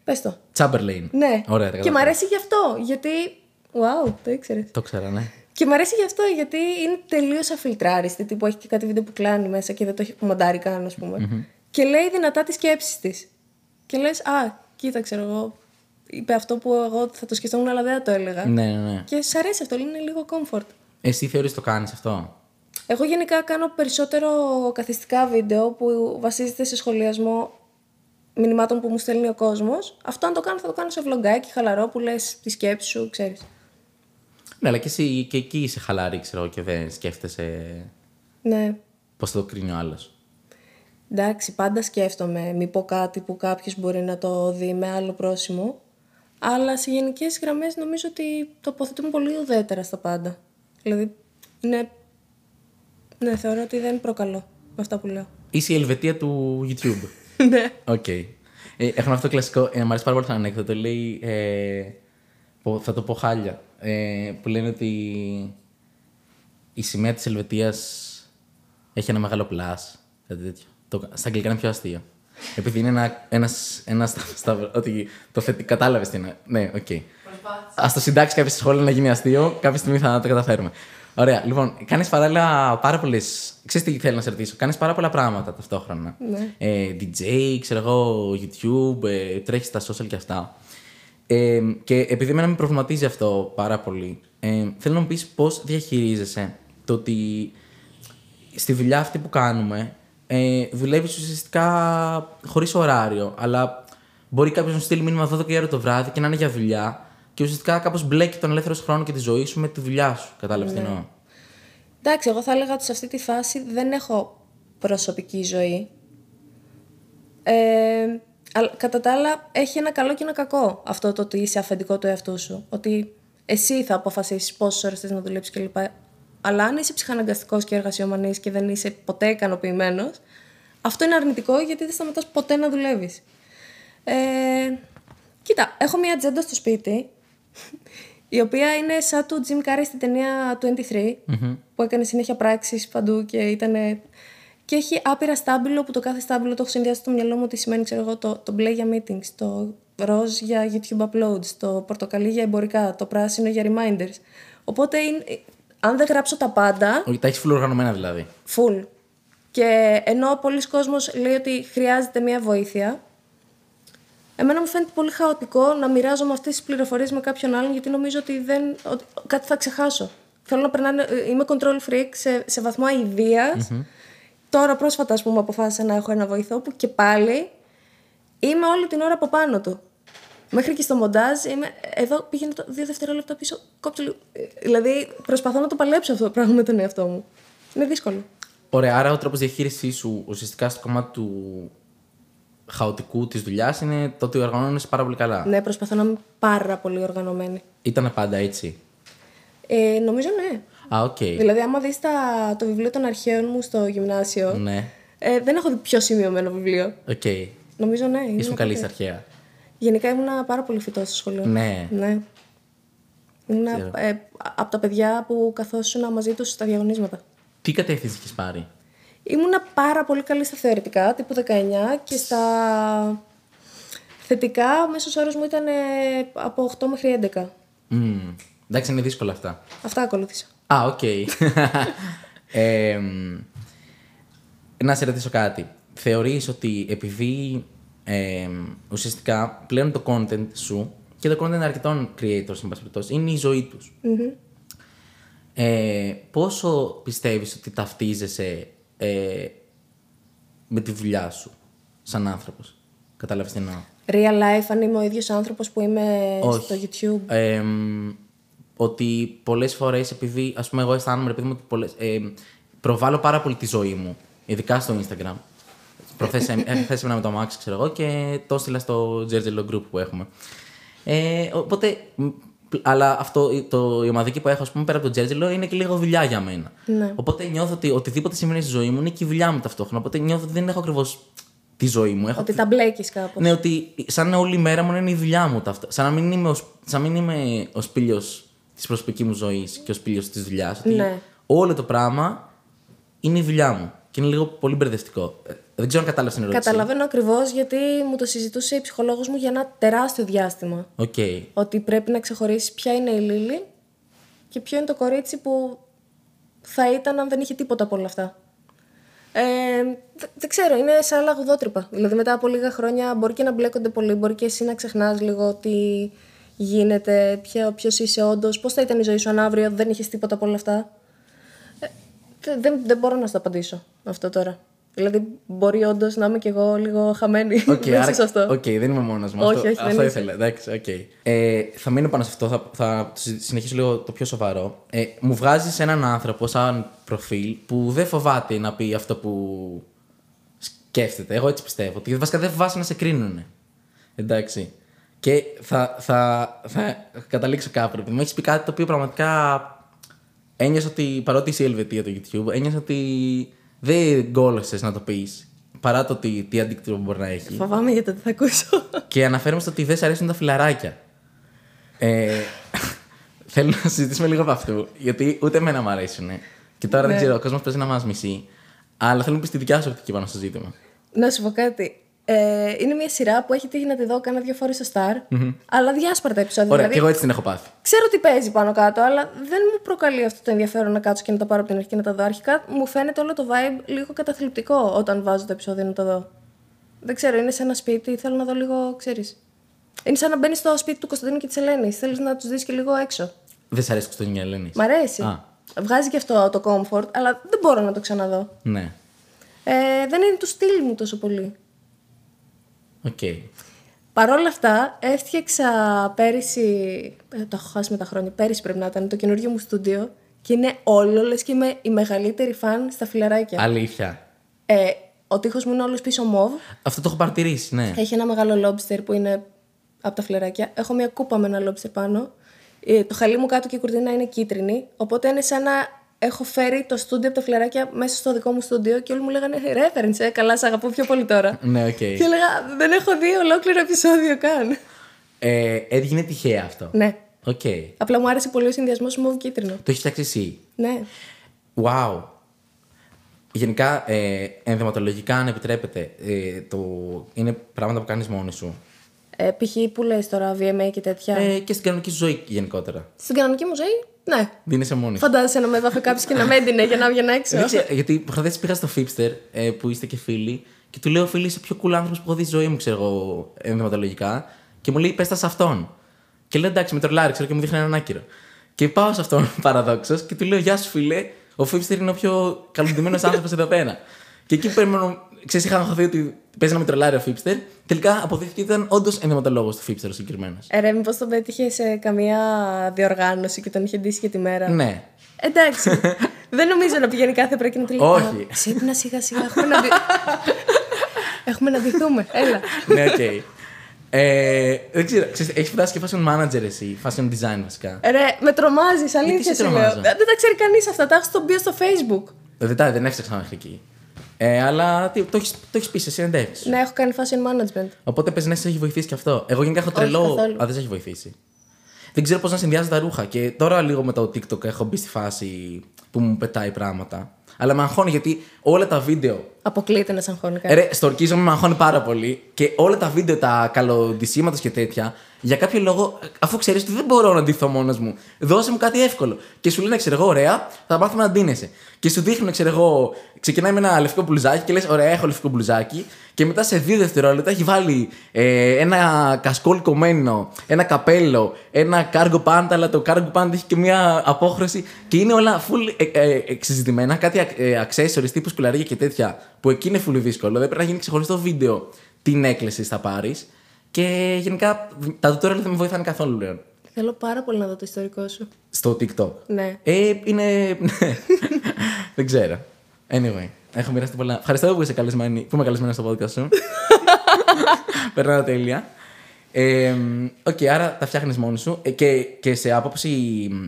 S2: Πες το.
S1: Τσάμπερλεϊν.
S2: Ναι.
S1: Ωραία, τα
S2: και
S1: κατάφερα.
S2: μ' αρέσει γι' αυτό, γιατί. Wow, το ήξερες.
S1: Το ξέρα, ναι.
S2: Και μ' αρέσει γι' αυτό γιατί είναι τελείως αφιλτράριστη. Τύπου έχει και κάτι βίντεο που κλάνει μέσα και δεν το έχει μοντάρει καν, ας πουμε Και λέει δυνατά τις σκέψεις της. Και λες, Α, κοίτα, ξέρω εγώ. Είπε αυτό που εγώ θα το σκεφτόμουν, αλλά δεν θα το έλεγα.
S1: Ναι, ναι, ναι.
S2: Και σ' αρέσει αυτό, είναι λίγο comfort.
S1: Εσύ θεωρείς το κάνεις αυτό.
S2: Εγώ γενικά κάνω περισσότερο καθιστικά βίντεο που βασίζεται σε σχολιασμό μηνυμάτων που μου στέλνει ο κόσμος. Αυτό αν το κάνω, θα το κάνω σε βλογκάκι, χαλαρό που λες τη σκέψη σου, ξέρεις.
S1: Ναι, αλλά και, εσύ, και εκεί είσαι χαλάρη, ξέρω, και δεν σκέφτεσαι
S2: Ναι.
S1: πώς θα το κρίνει ο άλλος.
S2: Εντάξει, πάντα σκέφτομαι μη πω κάτι που κάποιος μπορεί να το δει με άλλο πρόσημο. Αλλά σε γενικές γραμμές νομίζω ότι τοποθετούμε πολύ ουδέτερα στα πάντα. Δηλαδή, ναι, ναι θεωρώ ότι δεν προκαλώ με αυτά που λέω.
S1: Είσαι η Ελβετία του YouTube.
S2: ναι.
S1: Οκ. Ε, έχουμε αυτό το κλασικό. Ε, μου αρέσει πάρα πολύ το ανέκδοτο. Λέει. Ε, πω- θα το πω χάλια. Ε, που λένε ότι η σημαία της Ελβετίας έχει ένα μεγάλο πλάς. Κάτι τέτοιο. Το, στα αγγλικά είναι πιο αστείο. Επειδή είναι ένα, ένας, ένας στα- στα- ότι το θετικό. Κατάλαβες τι είναι. Ναι, οκ. Ας το συντάξεις κάποια σχόλια να γίνει αστείο. Κάποια στιγμή θα το καταφέρουμε. Ωραία, λοιπόν, κάνεις παράλληλα πάρα πολλές. Ξέρεις τι θέλω να σε ρωτήσω. Κάνεις πάρα πολλά πράγματα ταυτόχρονα. Ε, DJ, ξέρω εγώ, YouTube, ε, τρέχεις στα social και αυτά. Ε, και επειδή εμένα με προβληματίζει αυτό πάρα πολύ, ε, θέλω να μου πεις πώς διαχειρίζεσαι το ότι στη δουλειά αυτή που κάνουμε, ε, δουλεύεις ουσιαστικά χωρίς ωράριο. Αλλά μπορεί κάποιος να σου στείλει μήνυμα 12 η ώρα το βράδυ και να είναι για δουλειά. Και ουσιαστικά κάπως μπλέκει τον ελεύθερο χρόνο και τη ζωή σου με τη δουλειά σου. Κατάλαβες
S2: Ναι.
S1: τι εννοώ.
S2: Εντάξει, εγώ θα έλεγα ότι σε αυτή τη φάση δεν έχω προσωπική ζωή. Ε, αλλά κατά τα άλλα, έχει ένα καλό και ένα κακό αυτό το ότι είσαι αφεντικό του εαυτού σου. Ότι εσύ θα αποφασίσεις πόσες ώρες θες να δουλέψεις κλπ. Αλλά αν είσαι ψυχαναγκαστικός και εργασιομανής και δεν είσαι ποτέ ικανοποιημένος, αυτό είναι αρνητικό γιατί δεν σταματάς ποτέ να δουλεύεις. Ε, κοίτα, έχω μια ατζέντα στο σπίτι η οποία είναι σαν του Jim Carrey στην ταινία 23, που έκανε συνέχεια πράξεις παντού και ήταν. Και έχει άπειρα στάμπιλο που το κάθε στάμπιλο το έχω συνδυάσει στο μυαλό μου ότι σημαίνει, ξέρω εγώ, το, το μπλε για meetings, το ροζ για YouTube uploads, το πορτοκαλί για εμπορικά, το πράσινο για reminders. Οπότε, είναι- αν δεν γράψω τα πάντα,
S1: Όχι, Τα έχεις φουλοργανωμένα δηλαδή.
S2: Full. Και ενώ πολλοί κόσμος λέει ότι χρειάζεται μια βοήθεια, εμένα μου φαίνεται πολύ χαοτικό να μοιράζομαι αυτές τις πληροφορίες με κάποιον άλλον, γιατί νομίζω ότι, δεν, ότι κάτι θα ξεχάσω. Θέλω να περνάνε, ε, είμαι control freak σε, σε βαθμό αηδίας. Τώρα πρόσφατα, ας πούμε, αποφάσισα να έχω ένα βοηθό που και πάλι είμαι όλη την ώρα από πάνω του. Μέχρι και στο μοντάζ είμαι. Εδώ πήγαινε το δύο δευτερόλεπτα πίσω. Κόψε λίγο. Ε, Δηλαδή προσπαθώ να το παλέψω αυτό το πράγμα με τον εαυτό μου. Είναι δύσκολο.
S1: Ωραία, άρα ο τρόπος διαχείρισής σου ουσιαστικά στο κομμάτι του χαοτικού της δουλειάς είναι το ότι οργανώνει πάρα πολύ καλά.
S2: Ναι, προσπαθώ να είμαι πάρα πολύ οργανωμένη.
S1: Ήταν πάντα έτσι.
S2: Ε, νομίζω ναι.
S1: Α, οκ.
S2: Δηλαδή, άμα δεις το βιβλίο των αρχαίων μου στο γυμνάσιο.
S1: Ναι.
S2: Ε, δεν έχω δει πιο σημειωμένο βιβλίο.
S1: Οκ.
S2: Νομίζω ναι. είναι
S1: Ήσουν καλή
S2: κάτι.
S1: στα αρχαία.
S2: Γενικά ήμουνα πάρα πολύ φυτός στο σχολείο.
S1: Ναι.
S2: ναι. Ήμουνα
S1: Ξέρω.
S2: ε, από τα παιδιά που καθόσουν μαζί τους στα διαγωνίσματα.
S1: Τι κατεύθυνση έχει πάρει.
S2: Ήμουνα πάρα πολύ καλή στα θεωρητικά, τύπου 19, και στα θετικά ο μέσος όρος μου ήταν ε, από 8 μέχρι 11.
S1: Μμμ. Εντάξει, είναι δύσκολα αυτά.
S2: Αυτά ακολούθησα.
S1: Α, (laughs) οκ. Ε, μ, να σε ρωτήσω κάτι. Θεωρείς ότι επειδή ε, μ, ουσιαστικά πλέον το content σου και το content αρκετών creators, εν πάση περιπτώσει, είναι η ζωή τους. Ε, πόσο πιστεύεις ότι ταυτίζεσαι ε, με τη δουλειά σου σαν άνθρωπος. Κατάλαβες τι εννοώ.
S2: Real life, αν είμαι ο ίδιος άνθρωπος που είμαι στο
S1: Όχι.
S2: YouTube.
S1: Ε, μ, ότι πολλές φορές, επειδή ας πούμε, εγώ αισθάνομαι, επειδή μου ότι πολλές, ε, προβάλλω πάρα πολύ τη ζωή μου, ειδικά στο Instagram. Προχθές ε, χθες ήμουνα με το Max, ξέρω εγώ, και το έστειλα στο Τζέρτζελο Group που έχουμε. Ε, οπότε, μ, πλ- αλλά αυτό, ε, το, η ομαδική που έχω, ας πούμε, πέρα από το Τζέρτζελο, είναι και λίγο δουλειά για μένα.
S2: Ναι.
S1: Οπότε νιώθω ότι οτιδήποτε σημαίνει στη ζωή μου είναι και η δουλειά μου ταυτόχρονα. Οπότε νιώθω ότι δεν έχω ακριβώς τη ζωή μου. Έχω
S2: Ότι τα μπλέκεις κάπως.
S1: ναι, ότι σαν όλη η μέρα μου να είναι η δουλειά μου ταυτό. Σαν να μην είμαι ο, σ- σαν να μην είμαι ο σπήλιος της προσωπικής μου ζωής και ο σπήλιος της δουλειάς. Ότι
S2: Ναι.
S1: όλο το πράγμα είναι η δουλειά μου. Και είναι λίγο πολύ μπερδευτικό. Ε, Δεν ξέρω αν κατάλαβες την ερώτηση.
S2: Καταλαβαίνω ακριβώς γιατί μου το συζητούσε η ψυχολόγος μου για ένα τεράστιο διάστημα.
S1: Οκ.
S2: Ότι πρέπει να ξεχωρίσεις ποια είναι η Λίλη και ποιο είναι το κορίτσι που θα ήταν αν δεν είχε τίποτα από όλα αυτά. Ε, δε- δεν ξέρω, είναι σαν λαγουδότρυπα. Δηλαδή μετά από λίγα χρόνια μπορεί και να μπλέκονται πολύ, μπορεί και εσύ να ξεχνάς λίγο τι γίνεται, ποιο ποιος είσαι όντως, πώς θα ήταν η ζωή σου αν αύριο δεν είχες τίποτα από όλα αυτά. Ε, δε- δεν, δεν μπορώ να σου το απαντήσω αυτό τώρα. Δηλαδή μπορεί όντως να είμαι κι εγώ λίγο χαμένη (laughs)
S1: Οκ,
S2: μέσα
S1: άρα-
S2: σε αυτό.
S1: οκ, δεν είμαι μόνος μου. αυτό,
S2: Όχι, όχι, δεν
S1: αυτό
S2: είσαι.
S1: ήθελα. Εντάξει, οκ. Ε, θα μείνω πάνω σε αυτό. Θα, θα συ- συνεχίσω λίγο το πιο σοβαρό. Ε, μου βγάζεις έναν άνθρωπο σαν προφίλ που δεν φοβάται να πει αυτό που σκέφτεται. Εγώ έτσι πιστεύω. Ότι βασικά δεν φοβάσαι να σε κρίνουνε. Εντάξει. Και θα, θα, θα καταλήξω κάπου. Μου έχεις πει κάτι το οποίο πραγματικά ένιωσα ότι παρότι είσαι η Ελβετία το YouTube, ένιωσα ότι δεν γκόλωσε να το πεις. Παρά το ότι τι αντίκτυπο μπορεί να έχει.
S2: Φοβάμαι για το τι θα ακούσω.
S1: Και αναφέρομαι στο ότι δεν σ' αρέσουν τα φιλαράκια. Ε, (laughs) θέλω να συζητήσουμε λίγο από αυτού, γιατί ούτε εμένα μου αρέσουν. Και τώρα δεν
S2: Ναι.
S1: ξέρω, ο κόσμος παίζει να μας μισεί. Αλλά θέλω να πεις τη δικιά σου οπτική πάνω στο ζήτημα.
S2: Να σου πω κάτι. Ε, είναι μια σειρά που έχει τύχει να τη δω κάνα δύο φορές στο Star, αλλά διάσπαρτα επεισόδια.
S1: Ωραία, και
S2: δηλαδή,
S1: εγώ έτσι την έχω πάθει.
S2: ξέρω τι παίζει πάνω κάτω, αλλά δεν μου προκαλεί αυτό το ενδιαφέρον να κάτσω και να τα πάρω από την αρχή και να τα δω. Αρχικά μου φαίνεται όλο το vibe λίγο καταθλιπτικό όταν βάζω το επεισόδιο να το δω. Δεν ξέρω, είναι σαν ένα σπίτι, θέλω να δω λίγο, ξέρεις. Είναι σαν να μπαίνεις στο σπίτι του Κωνσταντίνου και της Ελένης. Θέλεις να τους δεις και λίγο έξω.
S1: Δεν σ' αρέσει το Κωνσταντινιά Ελένης.
S2: Μ' αρέσει.
S1: Α.
S2: Βγάζει και αυτό το comfort, αλλά δεν μπορώ να το ξαναδώ.
S1: Ναι.
S2: Ε, δεν είναι του στυλ μου τόσο πολύ.
S1: Οκ.
S2: Παρ' όλα αυτά, έφτιαξα πέρυσι. Ε, το έχω χάσει με τα χρόνια. Πέρυσι πρέπει να ήταν το καινούργιο μου στούντιο. Και είναι όλο, λε και είμαι η μεγαλύτερη φαν στα φιλαράκια.
S1: Αλήθεια.
S2: Ε, ο τείχος μου είναι όλος πίσω μοβ.
S1: Αυτό το έχω παρατηρήσει, ναι.
S2: Έχει ένα μεγάλο lobster που είναι από τα φιλαράκια. Έχω μια κούπα με ένα lobster πάνω. Ε, το χαλί μου κάτω και η κουρτίνα είναι κίτρινη. Οπότε είναι σαν να έχω φέρει το στούντιο από τα φιλαράκια μέσα στο δικό μου στούντιο και όλοι μου λέγανε reference. Ε, καλά, σε αγαπώ πιο πολύ τώρα.
S1: Ναι, οκ.
S2: και έλεγα, δεν έχω δει ολόκληρο επεισόδιο καν.
S1: Ε, έγινε τυχαία αυτό.
S2: ναι.
S1: Οκ.
S2: Απλά μου άρεσε πολύ ο συνδυασμός μοβ κίτρινο.
S1: Το έχεις φτιάξει εσύ.
S2: Ναι.
S1: Wow. Γενικά, ε, ενδυματολογικά, αν επιτρέπετε, ε, το... είναι πράγματα που κάνεις μόνη σου.
S2: Ε, π.χ. που λες τώρα, VMA και τέτοια.
S1: Ε, και στην κανονική σου ζωή γενικότερα.
S2: Στην κανονική μου ζωή, ναι.
S1: Δίνεσαι μόνη σου.
S2: Φαντάζεσαι να με έδαφε κάποιος και να με έντυνε για να βγαίνω έξω.
S1: Δεν ξέρω, Ναι, γιατί προχθές πήγα στο Fipster ε, που είστε και φίλοι και του λέω: Φίλοι, είσαι πιο cool άνθρωπος που έχω δει στη ζωή μου, ξέρω εγώ, ενδυματολογικά. Και μου λέει: Πες τα σε αυτόν. Και λέω: Εντάξει, με τρολάρι, ξέρω και μου δείχνει έναν άκυρο. Και πάω σε (laughs) αυτόν παραδόξως και του λέω: Γεια σου, φίλε. Ο Fipster είναι ο πιο καλοντημένο άνθρωπος εδώ πέρα. Και εκεί περιμένω. Ξέρεις, είχα αγχωθεί ότι παίζει να με τρελάρει ο Φίπστερ. Τελικά αποδείχθηκε ότι ήταν όντως ενδυματολόγος του Φίπστερ ο συγκεκριμένος.
S2: Ε, Ρε, μήπως τον πέτυχε σε καμία διοργάνωση και τον είχε ντύσει και τη μέρα.
S1: Ναι.
S2: Εντάξει.
S1: (laughs)
S2: Δεν νομίζω να πηγαίνει κάθε πρωί και να του λέει,
S1: Όχι.
S2: «Α, Ξύπνα σιγά σιγά. Έχουμε να,
S1: (laughs)
S2: δει... έχουμε να ντυθούμε. Έλα.
S1: ναι, οκ. Ε, δεν ξέρω, ξέρεις, έχεις φτάσει και fashion manager εσύ, fashion design βασικά.
S2: Ρε, με τρομάζεις, αλήθεια
S1: σε
S2: σου λέω.
S1: τρομάζω?
S2: Δεν δεν τα ξέρει κανείς αυτά. Τα έχω στον bio στο Facebook.
S1: Δεν, τα- δεν έφτιαξα μέχρι εκεί. Ε, αλλά τι, το έχεις- το έχεις πει σε συνεντεύξει.
S2: Ναι, έχω κάνει fashion management.
S1: Οπότε πες να σε έχει βοηθήσει και αυτό. Εγώ γενικά έχω
S2: Όχι,
S1: τρελό.
S2: καθόλου.
S1: Α, δεν σε έχει βοηθήσει. Δεν ξέρω πώς να συνδυάζω τα ρούχα. Και τώρα λίγο με το TikTok έχω μπει στη φάση που μου πετάει πράγματα. Αλλά με αγχώνει γιατί όλα τα βίντεο.
S2: Αποκλείεται να σε αγχώνει κάτι.
S1: Ρε, στορκίζομαι, με αγχώνει πάρα πολύ. Και όλα τα βίντεο, τα καλοντισήματο και τέτοια, για κάποιο λόγο, αφού ξέρεις ότι δεν μπορώ να ντυθώ μόνος μου, δώσε μου κάτι εύκολο. Και σου λένε, ξέρω εγώ, ωραία, θα μάθουμε να ντύνεσαι. Και σου δείχνουν, ξέρω εγώ, ξεκινάει με ένα λευκό μπλουζάκι και λες, ωραία, έχω λευκό μπλουζάκι. Και μετά σε δύο δευτερόλεπτα έχει βάλει ε, ένα κασκόλ κομμένο, ένα καπέλο, ένα κάργο πάντα, αλλά το κάργο πάντα έχει και μια απόχρωση. Και είναι όλα full ε, ε, εξειζητημένα, κάτι ακ- ε, accessories τύπους σκουλαρίκια και τέτοια, που εκεί είναι full δύσκολο. Δεν πρέπει να γίνει ξεχωριστό βίντεο την έκκληση θα πάρεις. Και γενικά τα tutorial δεν με βοηθάνε καθόλου πλέον.
S2: Θέλω πάρα πολύ να δω το ιστορικό σου.
S1: Στο TikTok.
S2: Ναι.
S1: Ε, είναι. ναι. (laughs) δεν ξέρω. Anyway, έχω μοιραστεί πολλά. Ευχαριστώ που είσαι καλεσμένη, που είμαι καλεσμένη στο podcast
S2: (laughs)
S1: σου. Περνάω τέλεια. Ε, Οκ, άρα τα φτιάχνεις μόνο σου. Ε, και, και σε άποψη,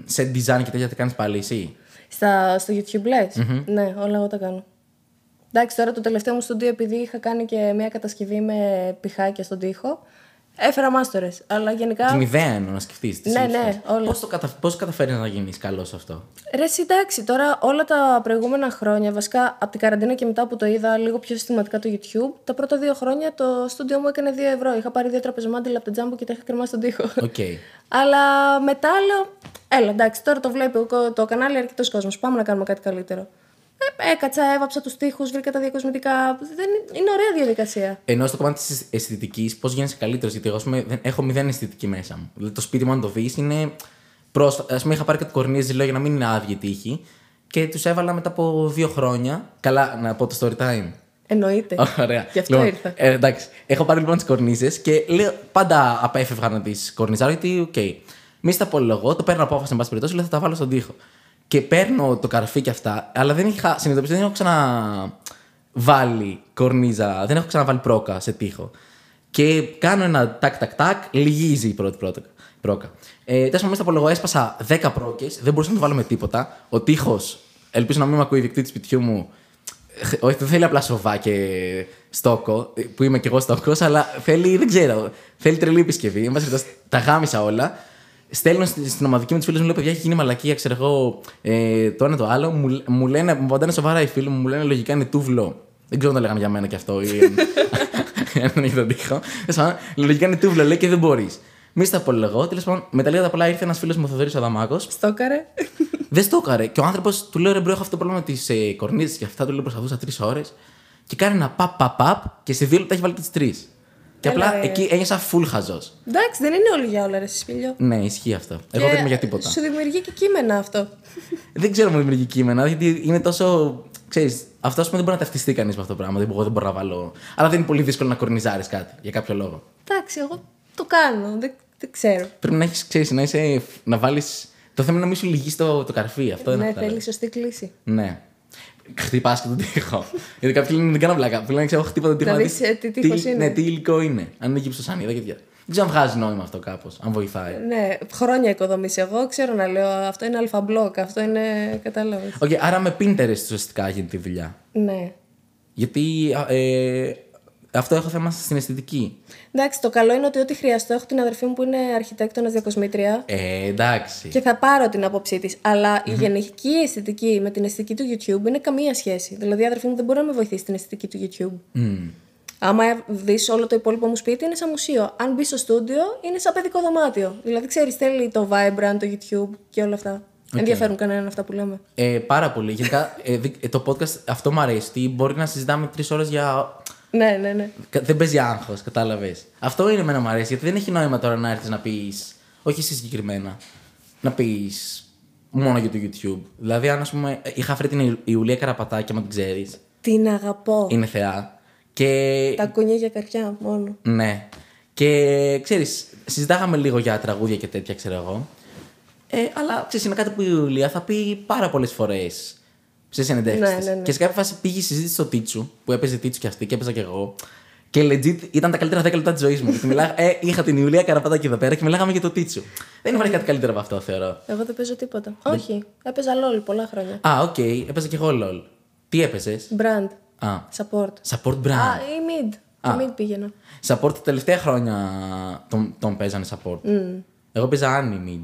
S1: σε design και τέτοια τα κάνεις πάλι εσύ.
S2: Στα, στο YouTube λες? Ναι, όλα εγώ τα κάνω. Εντάξει, τώρα το τελευταίο μου στούντιο, επειδή είχα κάνει και μια κατασκευή με πιχάκια στον τοίχο, έφερα μάστορες. Αλλά γενικά.
S1: Την ιδέα εννοώ να σκεφτείς.
S2: Ναι, ναι, όλα.
S1: Πώ κατα... πώς καταφέρεις να γίνεις καλός σε αυτό.
S2: Ρε, εσύ, εντάξει, τώρα όλα τα προηγούμενα χρόνια, βασικά από την καραντίνα και μετά που το είδα λίγο πιο συστηματικά το YouTube, τα πρώτα δύο χρόνια το στούντιο μου έκανε 2 ευρώ. Είχα πάρει δύο τραπεζομάντιλα από την τζάμπο και τα είχα κρεμάσει στον τοίχο.
S1: Οκ.
S2: Αλλά μετά λέω, έλα εντάξει, τώρα το βλέπει ο κο- το κανάλι αρκετός κόσμος. Πάμε να κάνουμε κάτι καλύτερο. Ε, έκατσα, έβαψα τους τοίχου, βρήκα τα διακοσμητικά. Δεν, είναι- είναι ωραία διαδικασία.
S1: Ενώ στο κομμάτι της αισθητικής, πώς γίνει καλύτερος, γιατί εγώ ας πούμε, δεν, έχω μηδέν αισθητική μέσα μου. Δηλαδή το σπίτι μου, αν το δεις, είναι. Πρόσφατα. Ας πούμε, είχα πάρει κάτι κορνίε ζηλό για να μην είναι άδειοι τύχοι και τους έβαλα μετά από δύο χρόνια. Καλά, να πω το story time. (laughs)
S2: Εννοείται.
S1: Ωραία.
S2: Γι' αυτό
S1: Λοιπόν,
S2: ήρθα.
S1: Ε, εντάξει. Έχω πάρει λοιπόν τις κορνίζες και λέω, πάντα απέφευγα να τις κορνιζάρω γιατί, οκ. Μη στα πολυλογώ, το παίρνω απόφαση, εν πάση περιπτώσει, λέω θα τα βάλω στον τοίχο. Και παίρνω το καρφί και αυτά, αλλά δεν είχα συνειδητοποιήσει, δεν έχω ξαναβάλει κορνίζα, δεν έχω ξαναβάλει πρόκα σε τοίχο. Και κάνω ένα τάκ-τάκ-τάκ, λυγίζει η πρώτη πρόκα. πρόκα. Ε, Τέλος πάντων, μέσα από λόγο έσπασα 10 πρόκες, δεν μπορούσα να το βάλω με τίποτα. Ο τείχος, ελπίζω να μην με ακούει η δικτή του σπιτιού μου, όχι, δεν θέλει απλά σοβά και στόκο, που είμαι κι εγώ στόκος, αλλά θέλει, δεν ξέρω, θέλει τρελή επισκευή. Εν πάση περιπτώσει, τα γάμισα όλα. Στέλνω στη- στην ομαδική μου του φίλου μου, λέω παιδιά, έχει γίνει μαλακία, ξέρω εγώ, ε, το ένα το άλλο. Μου, λέ- μου λένε, μου απαντάνε σοβαρά οι φίλοι μου, μου λένε λογικά είναι τούβλο. Δεν ξέρω αν το λέγανε για μένα κι αυτό, ή αν δεν είχε τον τοίχο. Τέλος πάντων, Λογικά είναι τούβλο, λέει και δεν μπορείς. Μη στα πολυλογώ. Τέλος πάντων, με τα λίγα τα πολλά ήρθε ένας φίλος μου, ο Θοδωρής Αδαμάκος,
S2: Στόκαρε.
S1: δεν στο έκαρε. Και ο άνθρωπος του λέω ρε μπρο, έχω αυτό το πρόβλημα της ε, κορνίζα και αυτά. Του λέω προσπαθούσα τρεις ώρες. Και κάνει ένα παπ παπ παπ και σε δύο λεπτά έχει βάλει και τις τρεις. Και
S2: Έλα,
S1: απλά
S2: ρε.
S1: εκεί ένιωσα full χαζός.
S2: εντάξει, δεν είναι όλοι για όλα, ρε Σισπίλιο.
S1: Ναι, ισχύει αυτό. Εγώ
S2: Και
S1: δεν είμαι για τίποτα.
S2: Σου δημιουργεί και κείμενα αυτό.
S1: Δεν ξέρω μου δημιουργεί κείμενα, γιατί είναι τόσο. Ξέρεις, αυτό ας πούμε δεν μπορεί να ταυτιστεί κανείς με αυτό το πράγμα. Δεν, εγώ δεν μπορώ να βάλω. Αλλά δεν είναι πολύ δύσκολο να κορνιζάρεις κάτι για κάποιο λόγο.
S2: Εντάξει, εγώ το κάνω. Δεν, δεν ξέρω.
S1: Πρέπει να έχεις, ξέρεις, να, είσαι, να βάλεις. Το θέμα είναι να μην σου λυγεί το, το καρφί. Αυτό είναι
S2: ναι,
S1: αυτό.
S2: θέλεις σωστή κλίση.
S1: Ναι. Χτυπάς και τον
S2: (laughs)
S1: τοίχο. Γιατί κάποιοι λένε δεν κάνω πλάκα. Που λένε ξέρω, χτύπα τον τοίχο.
S2: Να
S1: να
S2: δεις,
S1: δεις
S2: ε, τι τείχος είναι.
S1: Ναι, τι υλικό είναι. Αν είναι γυψοσανίδα και τέτοια. Δεν ξέρω αν βγάζει νόημα αυτό κάπως. Αν βοηθάει.
S2: Ναι, χρόνια οικοδομήσει. Εγώ ξέρω να λέω αυτό είναι αλφαμπλοκ, αυτό είναι. Κατάλαβες.
S1: Οκ, άρα με Pinterest ουσιαστικά γίνεται τη δουλειά.
S2: Ναι.
S1: Γιατί α, ε, αυτό έχω θέμα στην αισθητική.
S2: Εντάξει, το καλό είναι ότι ό,τι χρειαστώ έχω την αδερφή μου που είναι αρχιτέκτονας διακοσμήτρια
S1: Ε, εντάξει.
S2: και θα πάρω την άποψή της. αλλα η γενική αισθητική με την αισθητική του YouTube είναι καμία σχέση. Δηλαδή, η αδερφή μου δεν μπορεί να με βοηθήσει στην αισθητική του YouTube.
S1: Μμμ.
S2: Άμα δεις όλο το υπόλοιπο μου σπίτι, είναι σαν μουσείο. Αν μπει στο στούντιο, είναι σαν παιδικό δωμάτιο. Δηλαδή, ξέρεις, θέλει το Vibrant, το YouTube και όλα αυτά. Ενδιαφέρουν κανέναν αυτά που λέμε.
S1: Ε, πάρα πολύ. Γενικά ε, δι- ε, το podcast αυτό μου αρέσει. Τι μπορεί να συζητάμε τρεις ώρες για.
S2: Ναι, ναι, ναι.
S1: Κα- Δεν παίζει άγχος, κατάλαβες. Αυτό είναι εμένα μου αρέσει, γιατί δεν έχει νόημα τώρα να έρθεις να πεις. Όχι εσύ συγκεκριμένα. Να πεις μόνο για το YouTube. Δηλαδή, αν ας πούμε. Είχα φέρει την Ιου- Ιουλία Καραπατάκια, μα την ξέρεις.
S2: Την αγαπώ.
S1: Είναι θεά. Και.
S2: Τα κουνιά για καρδιά μόνο.
S1: Ναι. Και ξέρεις, συζητάγαμε λίγο για τραγούδια και τέτοια, ξέρω εγώ. Ε, αλλά ξέρεις, είναι κάτι που η Ιουλία θα πει πάρα πολλές φορές σε συνεντεύξει.
S2: Ναι, ναι, ναι.
S1: Και σε κάποια φάση πήγε η συζήτηση στο Τίτσου, που έπαιζε Τίτσου και αυτή και έπαιζα και εγώ. Και legit ήταν τα καλύτερα 10 λεπτά της ζωής μου. γιατί μιλά, ε, είχα την Ιουλία Καραπατάκη εδώ πέρα και μιλάγαμε για το Τίτσου. Δεν υπάρχει κάτι καλύτερο από αυτό, θεωρώ.
S2: Εγώ δεν παίζω τίποτα. Όχι. Έπαιζα LOL πολλά χρόνια.
S1: Α, οκ, έπαιζα και εγώ LOL. Τι έπαιζες.
S2: Brand.
S1: Α,
S2: Support.
S1: support brand.
S2: Α, ή mid.
S1: Α.
S2: Το mid πήγαινα.
S1: Support τα τελευταία χρόνια τον, τον παίζανε support. Εγώ παίζα anime.